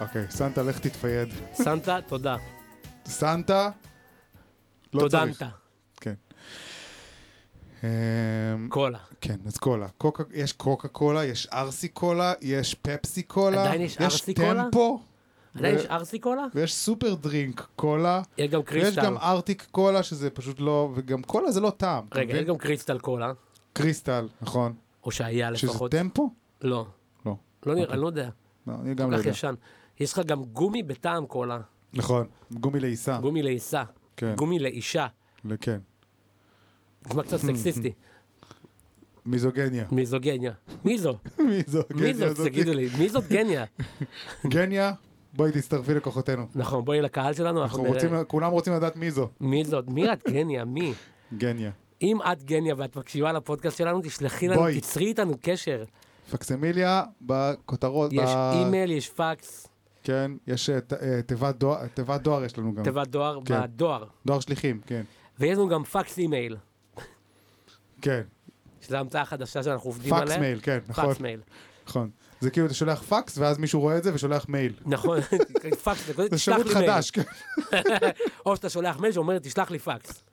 אוקיי, סנטה, לך תתפייד.
סנטה, תודה.
סנטה? לא צריך.
תודנת.
כן. אמ,
קולה.
כן, אז קולה. קוקה, יש קוקה קולה, יש ארסי קולה, יש פפסי קולה.
עדיין יש ארסי קולה?
יש טמפו,
עדיין
ו-
יש ארסי קולה?
ויש סופר דרינק קולה.
יש גם
ויש
קריסטל.
גם ארטיק קולה, שזה פשוט לא... וגם קולה זה לא טעם. אתה
רגע,
מבין?
יש גם קריסטל קולה,
קריסטל, נכון.
או שהיה
שזה
לפחות.
טמפו?
לא.
לא.
לא נראה, אני לא יודע.
לא, אני גם לא
כך
יודע.
ישן. יש לך גם גומי בטעם קולה.
נכון, גומי לעיסה.
גומי לעיסה.
כן,
גומי לאישה.
ל- כן.
נשמע קצת סקסיסטי.
מיזוגניה.
מיזוגניה. מי זו? מי
מיזוגניה
זאת?
זאת.
תגידו לי, מי זאת גניה?
גניה, בואי תצטרפי לכוחותינו.
נכון, בואי לקהל שלנו,
אנחנו
אנחנו
רוצים,
נראה.
כולם רוצים לדעת מי זו.
מי זאת? מי את גניה? מי?
גניה.
אם את גניה ואת מקשיבה לפודקאסט שלנו, תשלחי לנו,
בואי.
תצרי איתנו קשר.
פקסמיליה בכותרות.
יש
ב-
אימייל, יש פקס,
כן, יש אה, ת- אה, תיבת דואר, תיבת דואר יש לנו גם.
תיבת דואר,
כן.
בדואר.
דואר שליחים, כן.
ויש לנו גם פקס אימייל,
כן,
שזו המצאה חדשה שאנחנו עובדים עליה.
פקס מייל, כן, נכון,
פקס מייל.
נכון. זה כאילו אתה שולח פקס, ואז מישהו רואה את זה ושולח מייל.
נכון, פקס, זה קודם
זה
תשלח
שירות
לי מייל.
חדש, כן.
או שאתה שולח מייל שאומר, תשלח לי פקס.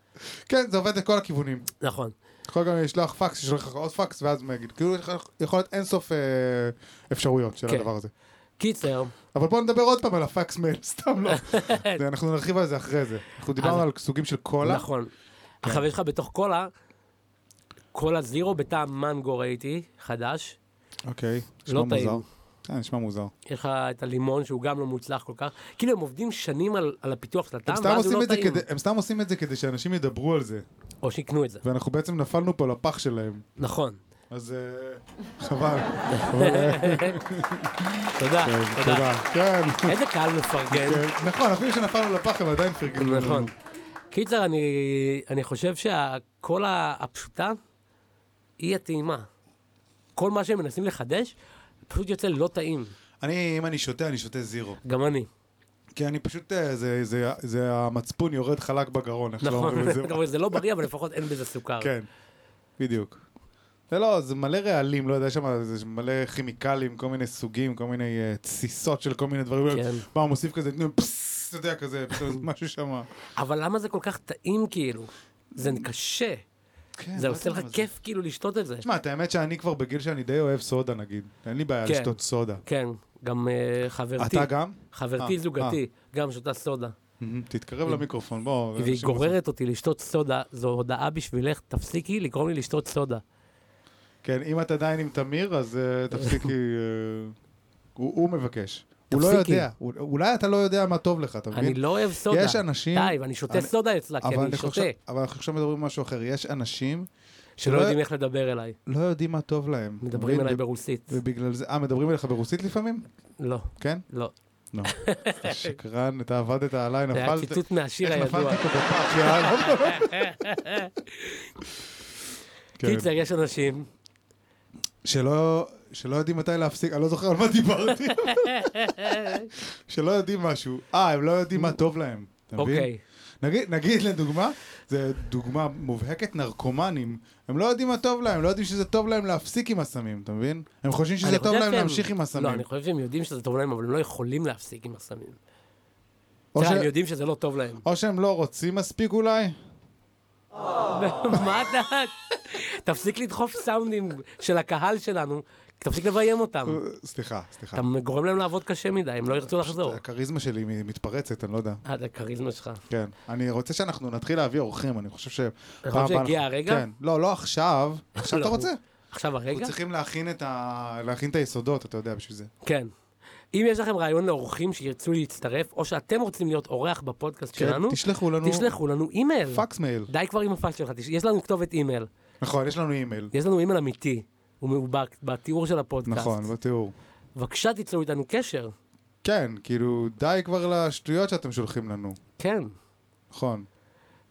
כן, זה עובד לכל הכיוונים.
נכון.
יכול גם לשלוח פקס, ששולח לך עוד פקס, ואז מגיד. כאילו יש לך- יכול להיות אינסוף אה, אפשרויות של
כן.
הדבר הזה.
קיצר,
אבל בואו נדבר עוד פעם על הפקס מייל, סתם לא. זה, אנחנו נרחיב על זה אחרי זה. אנחנו דיברנו
אז-
על סוגים של קולה. כן.
נכון. עכשיו יש לך בתוך קולה, קולה זירו בטעם מנגו ראיתי, חדש.
אוקיי,
לא
נשמע
טעים.
מוזר. כן, נשמע מוזר.
יש לך את הלימון שהוא גם לא מוצלח כל כך. כאילו הם עובדים שנים על, על הפיתוח של
הם
הטעם,
סתם
ואז הוא
עושים
לא
את זה
טעים.
כדי- הם סתם עושים את זה כדי שאנשים ידברו על זה.
או שיקנו את זה.
ואנחנו בעצם נפלנו פה לפח שלהם.
נכון.
אז אה, חבל. אבל, אה,
תודה,
כן,
תודה.
תודה. כן.
איזה קהל מפרגן.
כן, נכון, אפילו שנפלנו לפח הם עדיין פרגנו. לנו.
נכון. קיצר, אני, אני חושב שהכל ה- הפשוטה היא הטעימה. כל מה שהם מנסים לחדש, פשוט יוצא לא טעים.
אני, אם אני שותה, אני שותה זירו.
גם אני.
כי אני פשוט, אה, זה- זה- זה המצפון יורד חלק בגרון, איך שלא
נכון.
אומרים את זה.
אבל זה לא בריא, אבל לפחות אין בזה סוכר.
כן, בדיוק. זה לא, זה מלא רעלים, לא יודע, יש שם זה מלא כימיקלים, כל מיני סוגים, כל מיני אה, תסיסות של כל מיני דברים.
כן.
מה, הוא מוסיף כזה, נו, פססס, אתה יודע, כזה, פתאום משהו שם.
אבל למה זה כל כך טעים כאילו? זה קשה.
כן,
זה
לא
עושה
יודע
לך
מה זה.
כיף כאילו לשתות את זה.
תשמע, את האמת שאני כבר בגיל שאני די אוהב סודה, נגיד. אין לי בעיה
כן.
לשתות סודה.
כן, גם אה, חברתי.
אתה גם?
חברתי
אה,
זוגתי, גם שותה סודה.
מהמם, תתקרב למיקרופון, בוא.
והיא
אנשים רוצים-
גוררת אותי לשתות סודה, זו הודעה בשבילך, תפסיקי לגרום לי לשתות סודה.
כן, אם את עדיין עם תמיר, אז אה, תפסיקי... אה, הוא הוא מבקש. הוא לא
תפסיקי.
יודע. הוא- אולי אתה לא יודע מה טוב לך, אתה מבין?
אני לא אוהב סודה.
אוקיי. יש אנשים-
די, ואני שותה
אני-
סודה אצלה, כי
אבל
אני
אנחנו
שותה,
עכשיו- אבל אנחנו עכשיו מדברים על משהו אחר. יש אנשים
שלא
לא-
יודעים איך לדבר אליי.
לא יודעים מה טוב להם.
מדברים אליי
ו-
ברוסית.
ובגלל זה... אה, מדברים אליך ברוסית לפעמים?
לא,
כן?
לא.
לא. אתה שקרן, אתה עבדת עליי,
זה היה
נפלת.
ציטוט מהשיר
איך
הידוע.
נפלתי פה בפח, יאללה. כן.
קיצר, יש אנשים,
שלא, שלא יודעים מתי להפסיק, אני לא זוכר על מה דיברתי. שלא יודעים משהו. אה, הם לא יודעים מה טוב להם. אתה מבין?
אוקיי,
נגיד, נגיד לדוגמה, זו דוגמה מובהקת, נרקומנים, הם לא יודעים מה טוב להם, לא יודעים שזה טוב להם להפסיק עם הסמים, אתה מבין? הם חושבים
אני
שזה
חושב
טוב להם
שהם-
להמשיך עם
לא,
הסמים.
אני חושב שהם יודעים שזה טוב להם, אבל הם לא יכולים להפסיק עם הסמים.
או, ש...
תראה, הם יודעים שזה לא טוב להם.
או שהם לא רוצים מספיק אולי,
מה אתה... תפסיק לדחוף סאונדים של הקהל שלנו, תפסיק לביים אותם.
אה. סליחה, סליחה.
אתה גורם להם לעבוד קשה מדי, הם לא ירצו לחזור.
הכריזמה שלי מ- מתפרצת, אני לא יודע.
עד הכריזמה אה, שלך.
כן. אני רוצה שאנחנו נתחיל להביא אורחים, אני חושב ש...
אתה
פעם
חושב
הבאה
שהגיע
אנחנו-
הרגע?
כן. לא, לא עכשיו. עכשיו
לא.
אתה רוצה?
עכשיו הרגע?
אנחנו צריכים להכין את ה... להכין את היסודות, אתה יודע, בשביל זה.
כן. אם יש לכם רעיון לאורחים שירצו להצטרף, או שאתם רוצים להיות אורח בפודקאסט שלנו,
כן, תשלחו לנו...
תשלחו לנו אימייל.
פקס מייל.
די כבר עם הפקס שלך, תש- יש לנו כתובת אימייל.
נכון, יש לנו אימייל.
יש לנו אימייל אמיתי. הוא הוא ב- בתיאור של הפודקאסט.
נכון, בתיאור.
בבקשה תיצרו איתנו קשר.
כן, כאילו, די כבר לשטויות שאתם שולחים לנו.
כן.
נכון.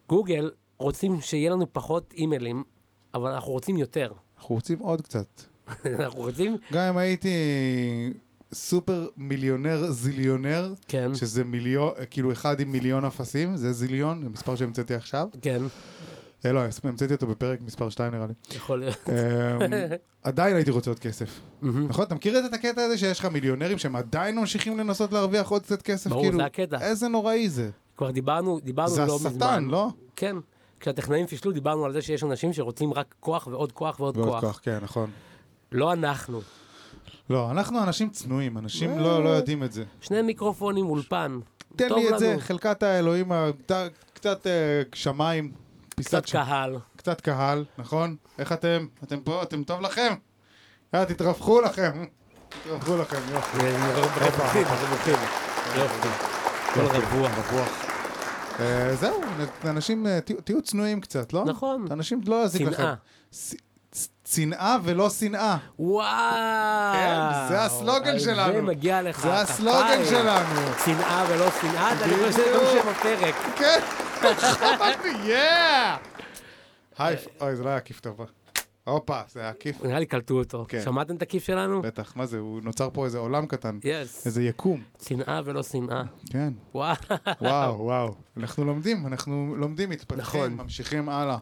גוגל רוצים שיהיה לנו פחות אימיילים, אבל אנחנו רוצים יותר.
אנחנו רוצים עוד קצת.
אנחנו רוצים...
גם אם הייתי סופר מיליונר זיליונר,
כן.
שזה מיליון, כאילו אחד עם מיליון אפסים, זה זיליון, זה מספר שהמצאתי עכשיו.
כן,
אה, לא, המצאתי אותו בפרק מספר 2 נראה לי.
יכול להיות.
אמ, עדיין הייתי רוצה עוד כסף. נכון? אתה מכיר את הקטע הזה שיש לך מיליונרים שהם עדיין ממשיכים לנסות להרוויח עוד קצת כסף?
ברור,
כאילו,
זה הקטע.
איזה נוראי זה.
כבר דיברנו, דיברנו
זה
לא מזמן.
השטן, לא?
כן. כשהטכנאים פישלו, דיברנו על זה שיש אנשים שרוצים רק כוח ועוד כוח ועוד,
ועוד
כוח.
כוח, כן, נכון.
לא אנחנו.
לא, אנחנו אנשים צנועים, אנשים לא לא יודעים את זה.
שני מיקרופונים, אולפן.
תן
אה, טוב
לי את
לנו.
זה, חלקת האלוהים, ה- ת- קצת אה, שמיים,
קצת
פיסת ש-
קהל.
קצת קהל, נכון? איך אתם? אתם פה? אתם טוב לכם? יאללה, תתרווחו לכם. תתרווחו לכם, יופי.
רווחים, רווחים. יופי. כל רבוע.
אה, זהו, נ- אנשים, אה, תהיו- תהיו צנועים קצת, לא?
נכון.
אנשים לא יזיק לכם.
צנעה.
ס- צ- צנעה ולא שנאה.
וואו.
כן, זה הסלוגן
על זה
שלנו.
מגיע לך.
זה הסלוגן
כפיים.
שלנו.
שנאה ולא שנאה, אני חושב שזה גם
בדיוק.
שם הפרק.
כן, חמדתי, יאה! היי, אוי, זה לא היה כיף טובה. הופה, זה היה כיף.
נראה לי קלטו אותו.
כן.
שמעתם את הכיף שלנו?
בטח, מה זה, הוא נוצר פה איזה עולם קטן.
יס.
איזה יקום.
שנאה ולא שנאה.
כן.
וואו.
וואו, וואו. אנחנו לומדים, אנחנו לומדים, מתפתחים,
נכון.
ממשיכים הלאה.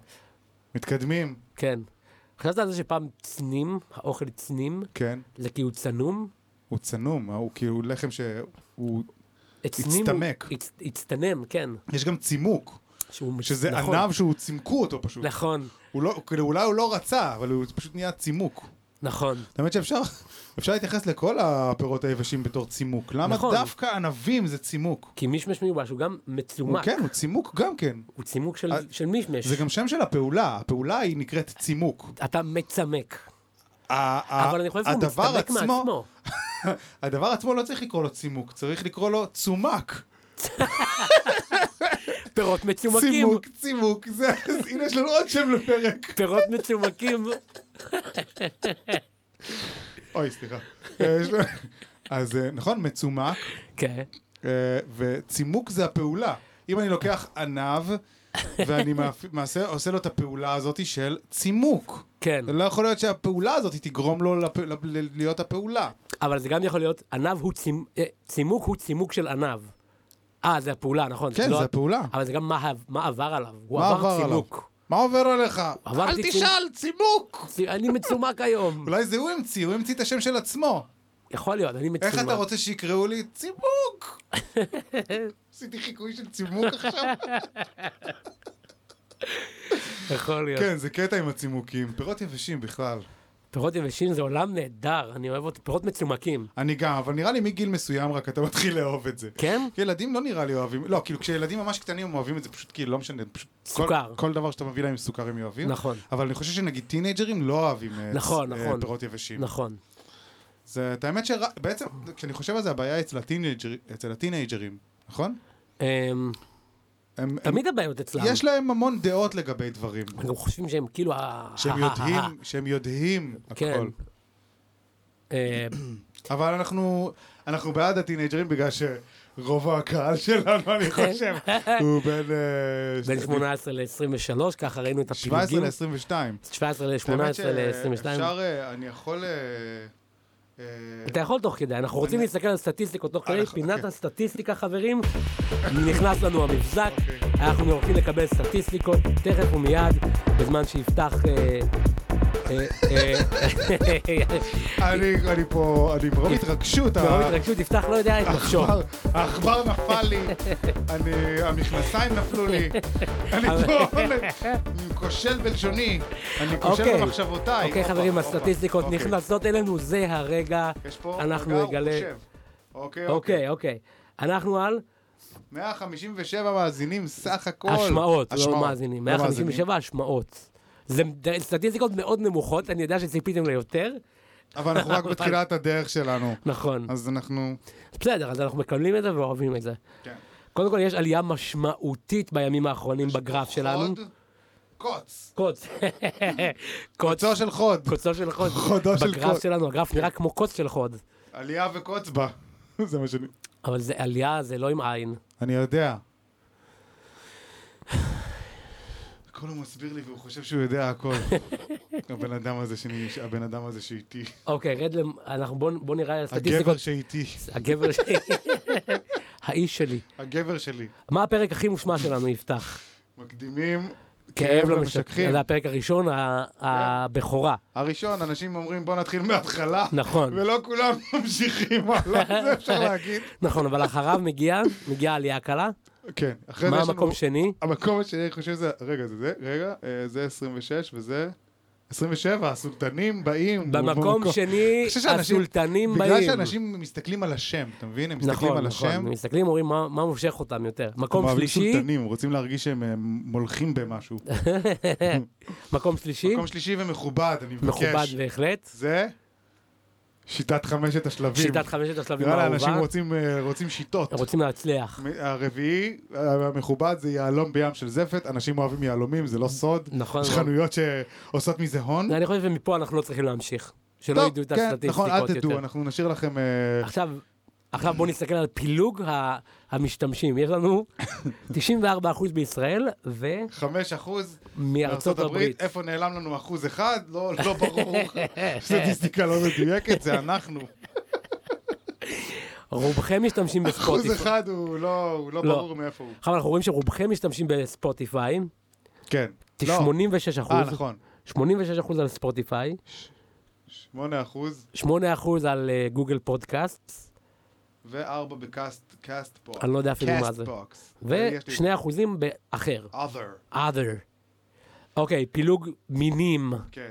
מתקדמים,
כן. חשבת על זה שפעם צנים, האוכל צנים,
כן.
זה כי הוא צנום?
הוא צנום, הוא כאילו לחם שהוא...
הצנים הוא-
הצטמק.
הצ- הצטנם, כן.
יש גם צימוק,
שהוא מצ-
שזה
נכון.
ענב שהוא צימקו אותו פשוט.
נכון,
הוא לא, כאילו, אולי הוא לא רצה, אבל הוא פשוט נהיה צימוק.
נכון.
האמת שאפשר אפשר להתייחס לכל הפירות היבשים בתור צימוק. למה
נכון.
דווקא ענבים זה צימוק?
כי מישמש מיובש הוא גם
הוא
מצומק.
כן, הוא צימוק גם כן.
הוא צימוק של-
אה,
של מישמש.
זה גם שם של הפעולה, הפעולה היא נקראת צימוק.
אתה מצמק.
ה- ה-
אבל אני חושב שהוא
הדבר
מצטמק
עצמו-
מעצמו.
הדבר עצמו לא צריך לקרוא לו צימוק, צריך לקרוא לו צומק.
פירות מצומקים.
צימוק, צימוק, זה, אז הנה יש לנו עוד שם לפרק.
פירות מצומקים.
אוי, סליחה. אה, יש לנו- אז אה, נכון, מצומק,
כן.
אה, וצימוק זה הפעולה. אם אני לוקח ענב, ואני מאפ- מעשה- עושה לו את הפעולה הזאת של צימוק.
כן.
לא יכול להיות שהפעולה הזאת תגרום לו לפ- לפ- להיות הפעולה.
אבל זה גם יכול להיות, ענב הוא צימ... אה, צימוק הוא צימוק של ענב. אה, זה הפעולה, נכון.
כן,
לא-
זה הפעולה.
אבל זה גם מה, ה- מה עבר עליו. הוא
מה
עבר,
עבר עליו?
צימוק.
מה עובר עליך?
עברתי
אל
צימוק.
תשאל, צימוק!
עליו? אני מצומק היום.
אולי זה הוא המציא, הוא המציא את השם של עצמו.
יכול להיות, אני מצומק.
איך אתה רוצה שיקראו לי צימוק? עשיתי חיקוי של צימוק עכשיו?
יכול להיות.
כן, זה קטע עם הצימוקים. פירות יבשים בכלל.
פירות יבשים זה עולם נהדר, אני אוהב אותו. פירות מצומקים.
אני גם, אבל נראה לי מגיל מסוים רק אתה מתחיל לאהוב את זה.
כן?
כי ילדים לא נראה לי אוהבים, לא, כאילו כשילדים ממש קטנים הם אוהבים את זה, פשוט כאילו לא משנה, פשוט...
סוכר.
כל, כל דבר שאתה מביא להם עם סוכר הם אוהבים.
נכון.
אבל אני חושב שנגיד טינג'רים לא אוהבים אה,
נכון,
אה,
נכון.
פירות יבשים.
נכון.
זה, את האמת שבעצם, כשאני חושב על זה, הבעיה היא אצל, הטינג'ר, אצל הטינג'רים, נכון?
אמ,
הם, הם,
תמיד הבעיות אצלם.
יש להם המון דעות לגבי דברים.
הם גם חושבים שהם כאילו... ה-
שהם יודעים, שהם יודעים
כן.
הכל.
אה,
אבל אנחנו, אנחנו בעד הטינג'רים בגלל שרוב הקהל שלנו, אני חושב, הוא בין... אה,
כן. בין 18 ל-23, ככה ראינו את
17
הפילוגים.
ל-22.
17 ל-18 ל-22.
אפשר, אה, אני יכול... אה, אה,
אתה יכול תוך כדי, אנחנו רוצים להסתכל על סטטיסטיקות תוך כדי,
אנחנו-
פינת
אוקיי.
הסטטיסטיקה חברים, נכנס לנו המבזק,
אוקיי.
אנחנו הולכים לקבל סטטיסטיקות תכף ומיד, בזמן שיפתח... אה, אה, אה,
אני אני פה, אני מרוב התרגשות. ה-
מרוב כן. התרגשות יפתח לא יודע את נפשו.
העכבר- העכבר נפל לי, אני- המכנסיים נפלו לי, אני פה אני כושל בלשוני, אני כושל
אוקיי.
במחשבותיי.
אוקיי
הופה,
חברים,
הופה.
הסטטיסטיקות
אה, אוקיי.
נכנסות אלינו, זה הרגע,
יש פה רגע,
אנחנו
הוא
נגלה...
חושב. אוקיי, אוקיי.
אוקיי, אוקיי. אנחנו על
157 מאזינים סך הכל.
השמעות, לא
השמעות,
מאזינים.
לא מאזינים.
157 השמעות. זה סטטיסטיקות מאוד נמוכות, אני יודע שציפיתם ליותר.
אבל אנחנו רק בתחילת הדרך שלנו.
נכון.
אז אנחנו...
בסדר, אז אנחנו מקבלים את זה ואוהבים את זה.
כן.
קודם כל, יש עלייה משמעותית בימים האחרונים בגרף שלנו.
חוד, קוץ.
קוץ. קוץ.
קוצו של חוד.
קוצו של חוד.
חודו של
בגרף
קוץ.
שלנו, הגרף נראה כמו קוץ של חוד.
עלייה וקוץ בה. זה מה שאני...
אבל זה עלייה, זה לא עם עין.
אני יודע. הכל הוא מסביר לי והוא חושב שהוא יודע הכל. הבן אדם הזה שאני... הבן אדם הזה שאיתי.
אוקיי, רד למ... אנחנו בוא, בוא נראה על הסטטיסטיקות.
הגבר שאיתי.
הגבר שלי. האיש שלי.
הגבר שלי.
מה הפרק הכי מושמע שלנו, יפתח?
מקדימים.
כאב לא
למשככים.
משככים. זה הפרק הראשון, ה-
כן.
הבכורה.
הראשון, אנשים אומרים בוא נתחיל מההתחלה.
נכון.
ולא כולם ממשיכים הלאה, זה אפשר להגיד.
נכון, אבל אחריו מגיעה, מגיעה עלייה קלה.
כן. אחרי זה
מה
יש לנו...
המקום שני?
המקום השני, אני חושב שזה... רגע, זה זה? רגע, אה, זה 26 וזה... 27, הסולטנים באים. הוא
במקום שני,
אני חושב שאנשים-
הסולטנים באים.
בגלל שאנשים מסתכלים על השם, אתה מבין? הם מסתכלים
נכון,
על
נכון.
השם.
הם מסתכלים, אומרים מה מה מושך אותם יותר. מקום
אוהבים
שלישי,
סולטנים, רוצים להרגיש שהם אה, מולכים במשהו.
מקום שלישי,
מקום שלישי ומכובד, אני מבקש.
מכובד בהחלט.
זה שיטת חמשת השלבים.
שיטת חמשת השלבים
יאללה, אנשים
האהובה.
רוצים, אה, רוצים שיטות.
הם רוצים להצליח.
מ- הרביעי, אה, המכובד, זה יהלום בים של זפת. אנשים אוהבים יהלומים, זה לא סוד.
נכון.
יש
נכון.
חנויות שעושות מזה הון.
אני חושב שמפה אנחנו לא צריכים להמשיך. שלא
טוב,
ידעו את
כן,
הסטטיסטיקות
נכון, אל
יותר.
תדעו, אנחנו נשאיר לכם... אה,
עכשיו, עכשיו בואו נסתכל על פילוג ה- המשתמשים. יש לנו 94% בישראל
5 אחוז
ומארצות הברית.
איפה נעלם לנו אחוז אחד? לא לא ברור. סטטיסטיקה לא מדויקת, זה אנחנו.
רובכם משתמשים
אחוז
בספוטיפיי.
אחד הוא לא הוא לא
לא.
ברור מאיפה הוא.
עכשיו אנחנו רואים שרובכם משתמשים בספוטיפיי.
כן. לא.
86
אה,
אחוז,
נכון.
86 אחוז על ספוטיפיי,
8 אחוז
8 אחוז על אה, גוגל פודקאסט,
ו-4 בקאסט, קאסט בוקס. אה,
אני לא יודע אפילו מה זה. ו-2 אחוזים באחר,
other.
other. אוקיי, פילוג מינים,
כן.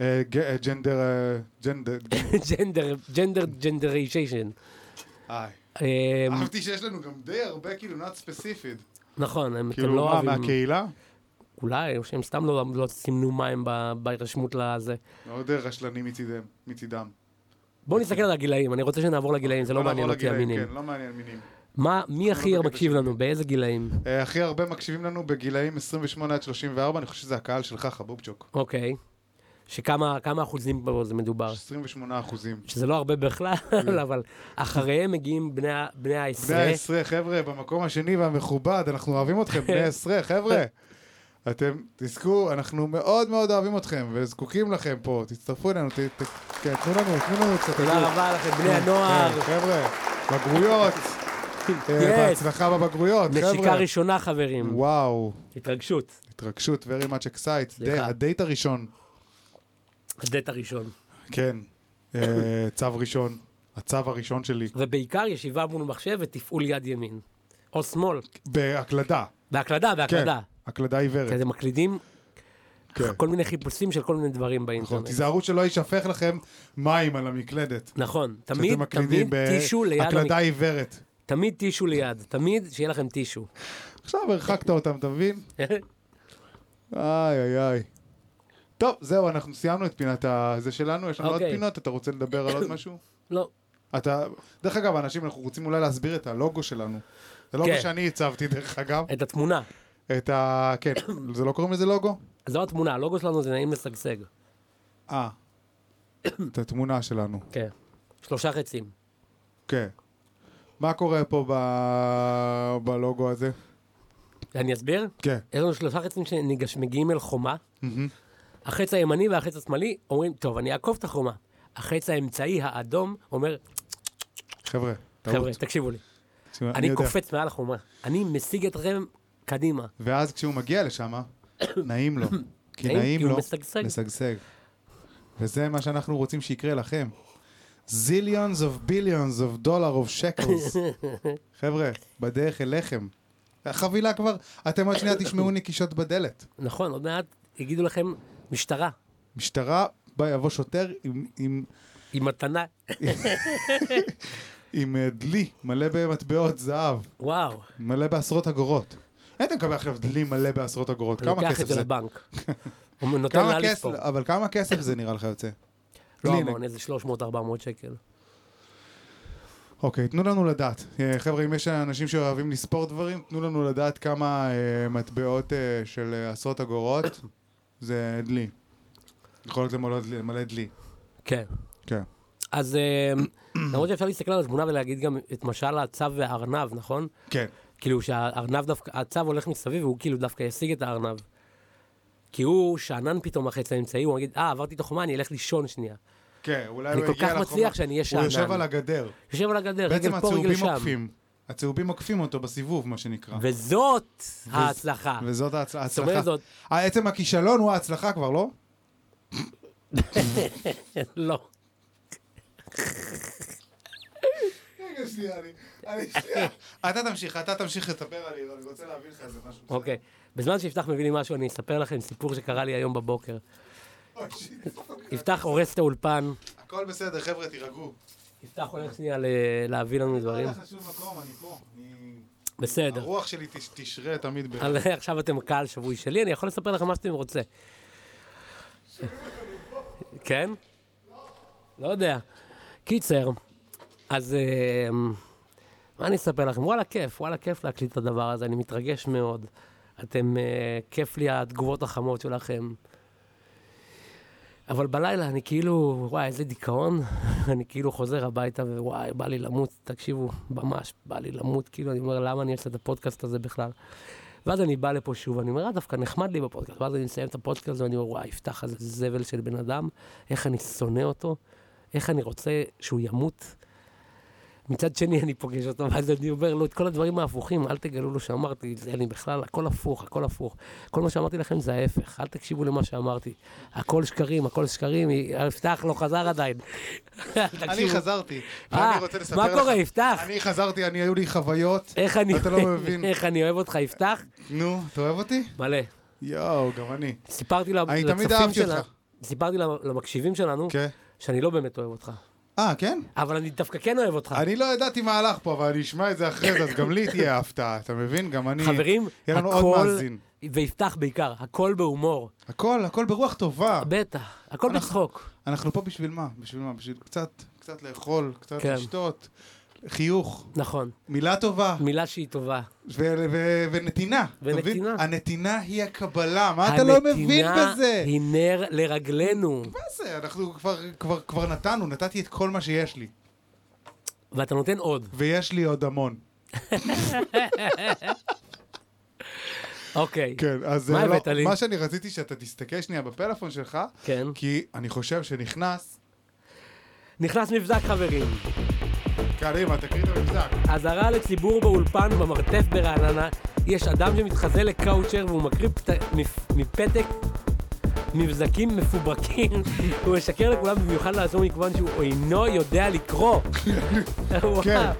אה, ג- אה, ג'נדר, אה, ג'נדר,
ג'נדר, ג'נדר, ג'נדרישיישן.
איי. אה,
אה,
אהבתי שיש לנו גם די הרבה כאילו not specific.
נכון, הם אתם
כאילו
לא
מה,
אוהבים,
מהקהילה?
אולי, או שהם סתם לא לא סימנו מים ב- בהירשמות לזה.
מאוד אה, רשלנים מצידם- מצידם.
בואו נסתכל על הגילאים, אני רוצה שנעבור לגילאים, זה לא
בוא
מעניין
נעבור
אותי
לגילאים,
המינים.
כן, לא מעניין מינים.
מה, מי הכי
לא
הרבה
בקטע
מקשיב
שלי.
לנו, באיזה גילאים?
אה, הכי הרבה מקשיבים לנו בגילאים 28 עד 34, אני חושב שזה הקהל שלך, חבובצ'וק.
אוקיי. שכמה כמה אחוזים פה זה מדובר?
28 אחוזים.
שזה לא הרבה בכלל, אבל אחריהם מגיעים בני ה-
כן.
בני
בני
העשרה.
העשרה, חבר'ה, במקום השני והמכובד, אנחנו אוהבים אתכם, בני העשרה, חבר'ה. אתם, תזכו, אנחנו מאוד מאוד אוהבים אתכם, וזקוקים לכם פה, תצטרפו אלינו, ת- ת- כן, תנו לנו, תנו לנו קצת.
תודה רבה לכם, בני הנוער.
כן, חבר'ה, בגרויות, אה,
Yes.
בהצלחה בבגרויות,
נשיקה
חבר'ה.
ראשונה, חברים.
וואו,
התרגשות.
התרגשות, very much excited,
סליחה.
די- הדייט הראשון,
הדט הראשון.
כן, אה, צו ראשון, הצו הראשון שלי,
ובעיקר ישיבה מול מחשב ותפעול יד ימין. או שמאל.
בהקלדה,
בהקלדה,
כן,
בהקלדה.
הקלדה עיוורת.
כי אתם מקלידים
כן.
כל מיני חיפושים של כל מיני דברים
נכון,
באינטרנט.
תיזהרו שלא יישפך לכם מים על המקלדת.
נכון, תמיד,
שאתם מקלידים
תמיד טישו ליד,
בהקלדה
המק-
עיוורת.
תמיד טישו ליד, תמיד שיהיה לכם טישו.
עכשיו הרחקת אותם, אתה מבין? איי איי איי. טוב, זהו, אנחנו סיימנו את פינת ה- זה שלנו, יש לנו עוד
אוקיי.
פינות, אתה רוצה לדבר על עוד משהו?
לא,
אתה, דרך אגב, אנשים, אנחנו רוצים אולי להסביר את הלוגו שלנו. זה לוגו
כן.
שאני הצבתי, דרך אגב.
את התמונה.
את ה... כן, זה לא קוראים לזה לוגו?
זו התמונה, הלוגו שלנו זה נעים לשגשג.
אה. את התמונה שלנו.
כן. שלושה חצים.
כן. מה קורה פה ב... בלוגו הזה?
אני אסביר?
כן.
יש לנו שלושה חצים שמגיעים אל חומה.
מהמם.
החץ הימני והחץ השמאלי אומרים, טוב, אני אעקוף את החומה. החץ האמצעי, האדום, אומר,
חבר'ה, טעות.
חבר'ה, תקשיבו לי,
תשמע,
אני
יודע.
קופץ מעל החומה. אני משיג אתכם קדימה.
ואז כשהוא מגיע לשם, נעים לו. כי
נעים, כי
נעים
הוא
לו
משגשג.
לשגשג. וזה מה שאנחנו רוצים שיקרה לכם. זיליונס אוף ביליונס אוף דולר אוף שקלס. חבר'ה, בדרך אליכם. החבילה כבר, אתם עוד שנייה תשמעו נקישות בדלת.
נכון, עוד מעט יגידו לכם, משטרה,
משטרה, בא יבוא שוטר עם, עם,
היא מתנה.
עם אה, דלי מלא במטבעות זהב,
וואו,
מלא בעשרות אגורות. אין אתה מקבל עכשיו דלי מלא בעשרות אגורות,
אני
כמה
לוקח
כסף
את זה
זה?
לבנק. הוא נותן
כמה
לה
כסף, לא,
לספור.
אבל כמה כסף זה נראה לך יוצא?
לא
לי,
המון, איזה 300-400 שקל.
אוקיי, תנו לנו לדעת. אה, חבר'ה, אם יש אנשים שאוהבים לספור דברים, תנו לנו לדעת כמה אה, מטבעות אה, של אה, עשרות אגורות זה דלי. יכול להיות למלא דלי- מלא דלי.
כן.
כן.
אז אה, למרות שאפשר להסתכל על התמונה ולהגיד גם את משל הצב והארנב, נכון?
כן.
כאילו שהארנב דווקא, הצו הולך מסביב והוא כאילו דווקא ישיג את הארנב. כי הוא שאנן פתאום החץ האמצעי, הוא יגיד, אה, עברתי את החומה, אני אלך לישון שנייה.
כן, אולי
אני
הוא
כל
יגיע
כך
לחומה.
מצליח שאני אהיה
הוא יושב
שאנן.
על הגדר.
יושב על הגדר,
בעצם
רגל פה, רגל
הצהובים
שם.
עוקפים. הצהובים עוקפים אותו בסיבוב, מה שנקרא.
וזאת ההצלחה.
וזאת ההצל-
זאת אומרת,
ההצלחה.
זאת,
אה, עצם הכישלון הוא ההצלחה כבר, לא?
לא.
שנייה, כן, אני- אני שנייה. אתה תמשיך, אתה תמשיך לספר על עיר, אני רוצה להביא לך איזה משהו.
אוקיי. בזמן שיפתח מביא לי משהו, אני אספר לכם סיפור שקרה לי היום בבוקר.
אוי, שיט.
יפתח הורס את האולפן,
הכל בסדר, חבר'ה, תירגעו.
יפתח הולך שנייה ל- להביא לנו דברים.
לא חשוב מקום, אני פה. אני-
בסדר.
הרוח שלי תש- תשרה תמיד ב...
אבל עכשיו אתם קהל שבוי שלי, אני יכול לספר לכם מה שאתם רוצה. כן? לא יודע. קיצר, אז אה, מה אני אספר לכם? וואלה, כיף, וואלה, כיף להקליט את הדבר הזה, אני מתרגש מאוד. אתם, אה, כיף לי התגובות החמות שלכם. אבל בלילה אני כאילו, וואי, איזה דיכאון. אני כאילו חוזר הביתה ווואי, בא לי למות, תקשיבו, ממש, בא לי למות, כאילו, אני אומר, למה אני עושה את הפודקאסט הזה בכלל? ואז אני בא לפה שוב, אני אומר, "אה, דווקא נחמד לי בפודקאסט, ואז אני מסיים את הפודקאסט ואני אומר, וואי, יפתח איזה זבל של בן אדם, איך אני שונא אותו, איך אני רוצה שהוא ימות. מצד שני, אני פוגש אותו, ואז אני אומר לו את כל הדברים ההפוכים, אל תגלו לו שאמרתי את זה, אני בכלל, הכל הפוך, הכל הפוך. כל מה שאמרתי לכם זה ההפך, אל תקשיבו למה שאמרתי. הכל שקרים, הכל שקרים, יפתח לא חזר עדיין.
אני חזרתי,
אה,
ואני רוצה לספר לך.
מה קורה, יפתח?
אני חזרתי, אני, היו לי חוויות.
איך אני
אתה לא מבין.
איך אני אוהב אותך, יפתח?
נו, אתה אוהב אותי?
מלא.
יואו, גם אני.
סיפרתי למ-
אני תמיד
לצופים
אהבתי
שלנו,
אותך.
סיפרתי למ- למקשיבים שלנו,
כן.
שאני לא באמת אוהב אותך.
אה, כן?
אבל אני דווקא כן אוהב אותך.
אני לא ידעתי מה הלך פה, אבל אני אשמע את זה אחרי זה, אז גם לי תהיה הפתעה, אתה מבין? גם אני...
חברים,
יהיה לנו עוד
הכל,
מאזין.
ויפתח בעיקר, הכל בהומור.
הכל, הכל ברוח טובה.
בטח, הכל
אנחנו-
בצחוק.
אנחנו פה בשביל מה? בשביל מה? בשביל קצת, קצת לאכול, קצת
כן.
לשתות, חיוך,
נכון,
מילה טובה
מילה שהיא טובה.
ו- ו- ונתינה. אתה מבין?
ונתינה.
הנתינה היא הקבלה, מה אתה לא מבין בזה?
הנתינה היא נר לרגלינו,
מה זה? אנחנו כבר, כבר, כבר נתנו, נתתי את כל מה שיש לי.
ואתה נותן עוד.
ויש לי עוד המון.
אוקיי,
כן, אז
מה
אה, לא,
הבאת לי?
מה שאני רציתי שאתה תסתכל שנייה בפלאפון שלך,
כן.
כי אני חושב שנכנס...
נכנס מבזק, חברים.
קדימה, תקריא את המבזק.
אזהרה לציבור באולפן במרתף ברעננה, יש אדם שמתחזה לקאוצ'ר והוא מקריא פת... מפ- מפתק מבזקים מפוברקים. הוא משקר לכולם במיוחד לעצמו מכיוון שהוא אינו יודע לקרוא. וואו,
כן.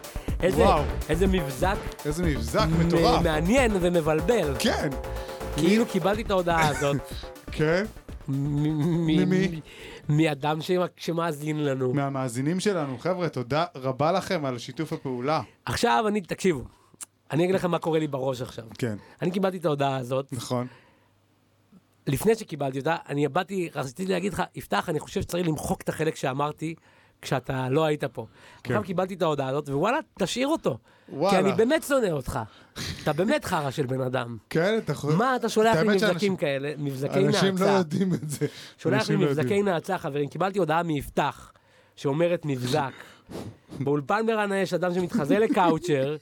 איזה,
וואו.
איזה מבזק
איזה מבזק
מ-
מטורף.
מעניין ומבלבל.
כן,
כאילו קיבלתי את ההודעה הזאת
כן.
מ- מ-
ממי?
מאדם שמ- שמאזין לנו.
מהמאזינים שלנו, חבר'ה, תודה רבה לכם על שיתוף הפעולה.
עכשיו אני, תקשיבו, אני אגיד לכם מה קורה לי בראש עכשיו.
כן,
אני קיבלתי את ההודעה הזאת,
נכון.
לפני שקיבלתי אותה, אני באתי, רציתי להגיד לך, יפתח, אני חושב שצריך למחוק את החלק שאמרתי כשאתה לא היית פה.
כן.
עכשיו קיבלתי את ההודעה הזאת, ווואלה, תשאיר אותו.
וואלה.
כי אני באמת שונא אותך. אתה באמת חרא של בן אדם.
כן, אתה חושב...
מה אתה שולח לי
האמת
מבזקים
שאנשים-
כאלה? מבזקי נאצה.
אנשים לא יודעים את זה.
שולח לי
אנשים לא יודעים.
מבזקי נאצה, חברים. קיבלתי הודעה מיפתח, שאומרת מבזק. באולפן ברנה יש אדם שמתחזה לקאוצ'ר,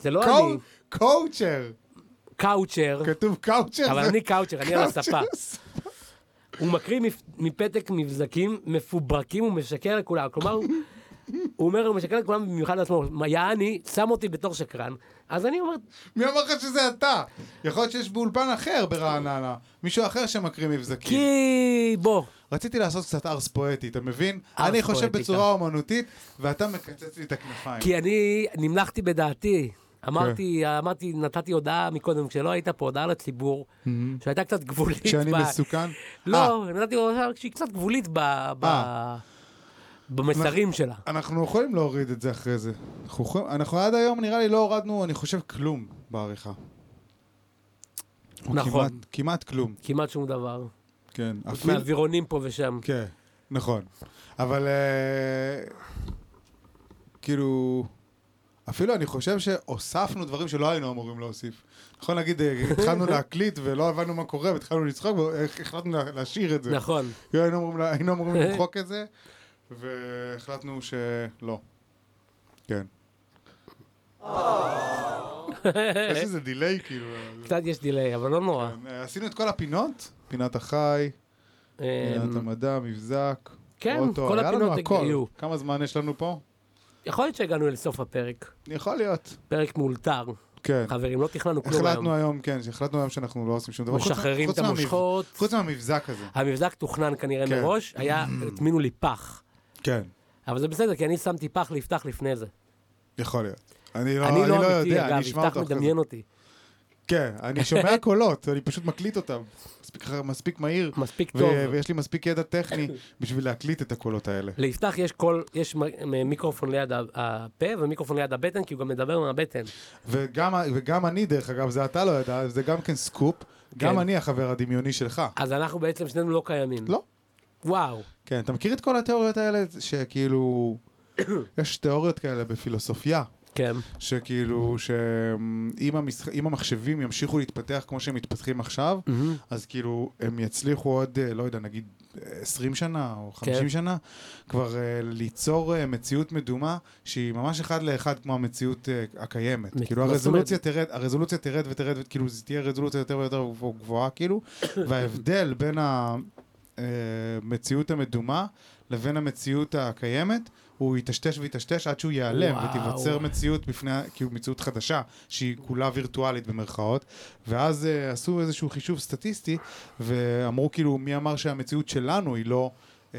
זה לא
קאו-
אני,
קואוצ'ר.
קאוצ'ר,
כתוב קאוצ'ר.
אבל
זה-
אני קאוצ'ר, אני על הספה.
קאוצ'ר.
הוא מקריא מפ- מפתק מבזקים מפוברקים ומשקר לכולם. כלומר, הוא- הוא אומר, הוא משקר לכולם במיוחד לעצמו. מה, יעני, שם אותי בתור שקרן, אז אני אומר,
מי אמר לך שזה אתה? יכול להיות שיש באולפן אחר ברעננה, מישהו אחר שמקריא מבזקים.
כי בוא,
רציתי לעשות קצת ארס פואטי, אתה מבין?
ארס
אני חושב
פואטיקה.
בצורה אומנותית, ואתה מקצץ לי את הכנפיים.
כי אני נמלכתי בדעתי.
כן.
אמרתי, אמרתי, נתתי הודעה מקודם, כשלא היית פה, הודעה לציבור, שהייתה קצת גבולית.
שאני
ב-
מסוכן? Mm-hmm. אה,
לא, נתתי הודעה שהיא קצת גבולית ב- ב-
אה.
במסרים שלה.
אנחנו יכולים להוריד את זה אחרי זה. אנחנו יכולים- אנחנו עד היום, נראה לי, לא הורדנו, אני חושב, כלום בעריכה. או
נכון.
כמעט- כמעט כלום,
כמעט שום דבר.
כן. אפילו...
מהאווירונים פה ושם.
כן, נכון. אבל אה, כאילו, אפילו אני חושב שהוספנו דברים שלא היינו אמורים להוסיף. נכון להגיד, אה, התחלנו להקליט ולא הבנו מה קורה, והתחלנו לצחוק, והחלטנו לה- להשאיר את זה.
נכון.
כאילו, היינו אמורים לה- היינו אמורים למחוק את זה, והחלטנו שלא. כן.
אה.
יש איזה דיליי, כאילו.
קצת יש דיליי, אבל לא נורא.
אה, עשינו את כל הפינות, פינת החי. כן.
אמ,
פינת המדע, מבזק,
כן,
אוטו,
כל
היה לנו
הפינות
הכל.
הגיעו.
כמה זמן יש לנו פה?
יכול להיות שהגענו אל סוף הפרק.
יכול להיות.
פרק מאולתר.
כן.
חברים, לא תכננו כלום היום.
החלטנו היום, כן, שהחלטנו היום שאנחנו לא עושים שום דבר. חוץ-
משחררים
חוץ
את
מהמב-
המושכות.
חוץ מהמבזק הזה.
המבזק תוכנן כנראה
כן.
מראש, היה, הטמינו לי פח.
כן.
אבל זה בסדר, כי אני שמתי פח ליפתח לפני זה.
יכול להיות. אני לא,
אני
אני לא
לא אמיתי,
יודע,
אגב,
אני אשמע
יפתח
אותו אחרי זה.
מדמיין אותי.
כן, אני שומע קולות, אני פשוט מקליט אותם. מספיק, מספיק מהיר,
מספיק
ו-
טוב.
ויש לי מספיק ידע טכני בשביל להקליט את הקולות האלה.
ליפתח יש קול, יש מ- מ- מיקרופון ליד ה- הפה ומיקרופון ליד הבטן, כי הוא גם מדבר מהבטן.
וגם, וגם אני, דרך אגב, זה אתה לא יודע, זה גם כן סקופ. גם אני החבר הדמיוני שלך.
אז אנחנו בעצם שנינו לא קיימים.
לא.
וואו.
כן, אתה מכיר את כל התיאוריות האלה שכאילו... יש תיאוריות כאלה בפילוסופיה,
כן.
שכאילו, שאם המשח... אם המחשבים ימשיכו להתפתח כמו שהם מתפתחים עכשיו,
מהמם.
אז כאילו הם יצליחו עוד, אה, לא יודע, נגיד אה, 20 שנה או 50
כן.
שנה, כבר אה, ליצור אה, מציאות מדומה שהיא ממש אחד לאחד כמו המציאות אה, הקיימת.
מ-
כאילו
מה זאת
הרזולוציה תרד, הרזולוציה תרד ותרד, וכאילו זה תהיה רזולוציה יותר ויותר גבוה- גבוהה, כאילו, וההבדל בין המציאות המדומה לבין המציאות הקיימת, הוא יטשטש ויטשטש עד שהוא ייעלם
וואו.
ותיווצר מציאות בפני, כאילו מציאות חדשה שהיא כולה וירטואלית במרכאות ואז uh, עשו איזשהו חישוב סטטיסטי ואמרו כאילו מי אמר שהמציאות שלנו היא לא um,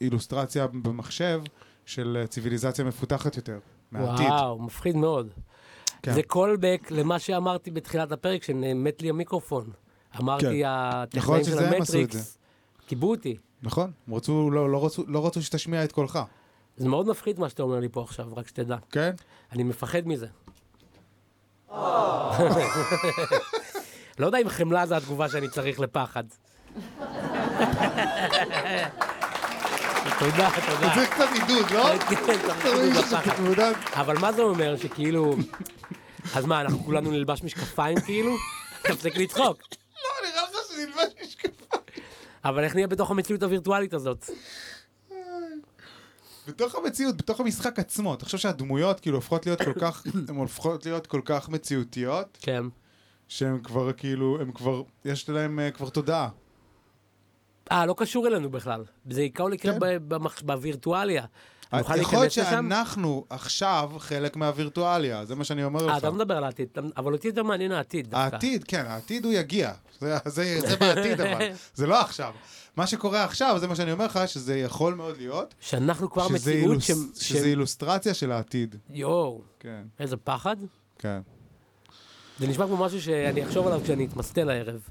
אילוסטרציה במחשב של אה, ציוויליזציה מפותחת יותר מהעתיד.
וואו, מפחיד מאוד.
כן.
זה קולבק למה שאמרתי בתחילת הפרק, שמת לי המיקרופון. אמרתי,
כן.
הטכנאים של
שזה הם עשו את
המטריקס, כיבו אותי.
נכון, הם רצו, לא, לא, רצו, לא רצו שתשמיע את קולך,
זה מאוד מפחיד מה שאתה אומר לי פה עכשיו, רק שתדע.
כן?
אני מפחד מזה. לא יודע אם חמלה זה התגובה שאני צריך לפחד. תודה, תודה.
צריך קצת עידוד, לא?
אה. כן, צריך
צריך
עידוד
קצת
לפחד.
עידוד.
אבל מה זה אומר שכאילו... אז מה, אנחנו כולנו נלבש משקפיים כאילו? תפסיק לצחוק.
לא, נראה לך שנלבש משקפיים.
אבל איך נהיה בתוך המציאות הווירטואלית הזאת?
בתוך המציאות, בתוך המשחק עצמו, אתה חושב שהדמויות כאילו הופכות להיות כל כך, הן הופכות להיות כל כך מציאותיות,
כן.
שהן כבר כאילו, הן כבר, יש להן אה, כבר תודעה.
אה, לא קשור אלינו בכלל. זה עיקר יקרה
כן.
ב- במח- בווירטואליה. נוכל
יכול להיות
להיכנס לשם?
שאנחנו עכשיו חלק מהווירטואליה, זה מה שאני אומר
אה,
לך.
אתה לא מדבר על העתיד, אתה- אבל אותי יותר מעניין העתיד דווקא.
העתיד, כן, העתיד הוא יגיע. זה, זה, זה בעתיד אבל, זה לא עכשיו. מה שקורה עכשיו, זה מה שאני אומר לך, שזה יכול מאוד להיות,
שאנחנו כבר
שזה,
מציאות
אילוס,
ש... ש-
שזה אילוסטרציה של העתיד.
יואו,
כן,
איזה פחד.
כן.
זה נשמע כמו משהו שאני אחשוב עליו כשאני אתמסטל הערב.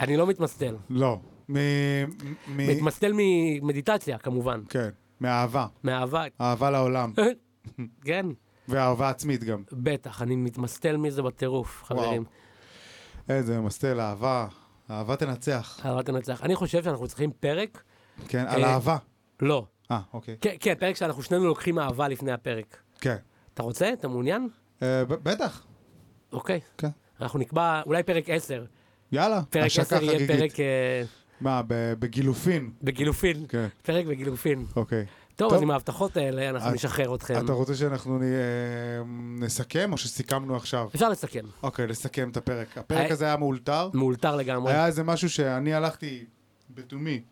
אני לא מתמסטל.
לא. מ... מ... מ...
מתמסטל ממדיטציה, כמובן.
כן, מאהבה.
מאהבה,
אהבה לעולם,
כן.
ואהבה עצמית גם.
בטח, אני מתמסטל מזה בטירוף, חברים.
איזה אה, ממסטל, אהבה, אהבה תנצח.
אהבה תנצח. אני חושב שאנחנו צריכים פרק,
כן, על
אה.
אהבה.
לא.
אה, אוקיי.
כן, כן, פרק שאנחנו שנינו לוקחים אהבה לפני הפרק.
כן.
אתה רוצה? אתה מעוניין?
אה, ב- בטח,
אוקיי.
כן.
אנחנו נקבע, אולי פרק 10.
יאללה,
פרק
השקה
10 יהיה
חגיגית.
פרק אה,
מה, ב- בגילופין?
בגילופין.
כן,
פרק בגילופין.
אוקיי.
טוב,
טוב. אה,
אז עם ההבטחות האלה אנחנו
את-
נשחרר אתכם.
אתה רוצה שאנחנו נ- אה, נסכם, או שסיכמנו עכשיו?
אפשר לסכם,
אוקיי, לסכם את הפרק. הפרק
היה-
הזה היה מאולתר.
מאולתר לגמרי.
היה איזה משהו שאני הלכתי בתומי.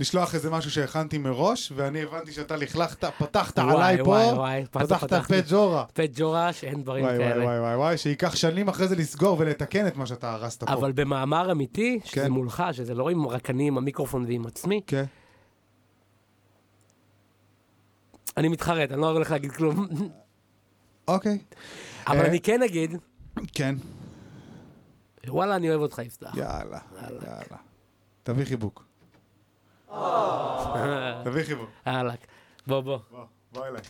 לשלוח איזה משהו שהכנתי מראש, ואני הבנתי שאתה לכלכת, פתחת
וואי,
עליי פה,
וואי, וואי, מה זה
פתחת
פתחתי?
פה ג'ורה.
פט ג'ורה שאין דברים
וואי וואי
כאלה.
וואי וואי וואי, שייקח שנים אחרי זה לסגור ולתקן את מה שאתה הרסת פה.
אבל במאמר אמיתי, שזה
כן.
מולך, שזה לא עם רק אני עם המיקרופון ועם עצמי,
כן.
אני מתחרט, אני לא הולך להגיד כלום.
אוקיי.
אבל
אה.
אני כן אגיד,
כן.
וואלה, אני אוהב אותך, יפתח.
יאללה. יאללה. תביא חיבוק.
אה.
תביא חיבוק.
יאללה. בוא, בוא.
בוא, בוא אליי.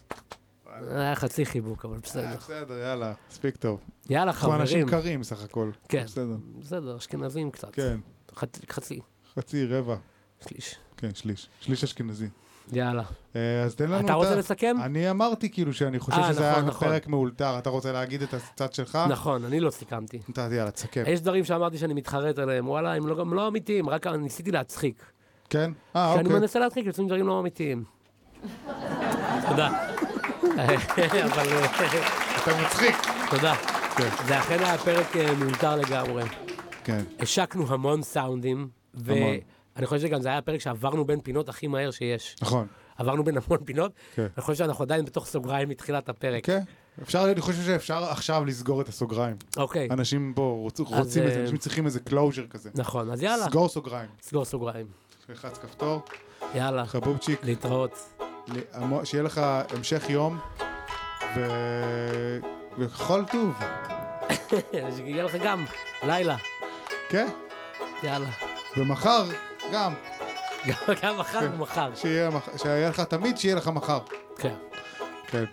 זה היה חצי חיבוק, אבל בסדר.
בסדר, יאללה. מספיק טוב.
יאללה,
אנחנו
חברים.
אנשים קרים סך הכל.
כן.
בסדר.
בסדר, אשכנזים קצת.
כן.
חצי- חצי,
חצי, רבע.
שליש.
כן, שליש. שליש אשכנזי.
יאללה.
אה, אז תן לנו...
אתה
את
רוצה
ה-
לסכם?
אני אמרתי כאילו שאני חושב
אה,
שזה היה
נכון, נכון.
פרק מאולתר. אתה רוצה להגיד את הצד שלך?
נכון, אה, אני לא סיכמתי.
אתה- יאללה, תסכם.
יש דברים שאמרתי שאני מתחרט עליהם, וואלה, הם לא- גם לא אמיתיים, רק ניסיתי להצחיק.
כן? אה,
כשאני
אוקיי.
מנסה להדחיק, יוצאים דברים לא אמיתיים. תודה. אבל אה,
אתה מצחיק.
תודה.
כן.
זה אכן היה פרק אה, מאולתר לגמרי.
כן.
השקנו המון סאונדים,
המון.
ואני חושב שגם זה היה הפרק שעברנו בין פינות הכי מהר שיש.
נכון.
עברנו בין המון פינות,
כן.
אני חושב שאנחנו עדיין בתוך סוגריים מתחילת הפרק.
כן. אפשר, אני חושב שאפשר עכשיו לסגור את הסוגריים.
אוקיי,
אנשים פה רוצו- רוצים את זה,
אה,
אנשים צריכים איזה closure כזה.
נכון, אז יאללה,
סגור סוגריים.
סגור סוגריים.
לחץ כפתור,
יאללה,
חבובצ'יק.
להתראות.
להמו- שיהיה לך המשך יום, ו... וכל טוב,
שיהיה כן, לך גם לילה.
כן?
יאללה.
ומחר, גם,
גם- גם מחר ומחר.
שיהיה, מח... שיהיה לך תמיד, שיהיה לך מחר.
כן.
כן.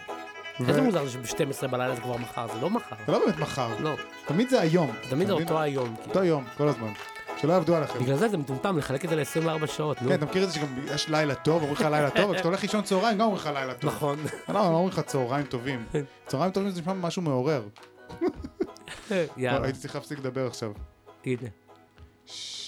ו...
איזה מוזר זה שב-12 בלילה זה כבר מחר, זה לא מחר.
זה לא באמת מחר,
לא,
תמיד זה היום.
תמיד
אתה
זה
מבין?
אותו היום. כאילו.
אותו יום, כל הזמן. שלא יעבדו עליכם.
בגלל זה זה מטומטם לחלק את זה ל-24 שעות, נו.
כן, אתה מכיר את זה שגם יש לילה טוב, אומרים לך לילה טוב, אבל כשאתה הולך לישון צהריים גם אומרים לך לילה טוב.
נכון.
לא, לא אומרים לך צהריים טובים. צהריים טובים זה נשמע משהו מעורר.
יאללה, כן.
הייתי צריך להפסיק לדבר עכשיו.
הנה.
ש-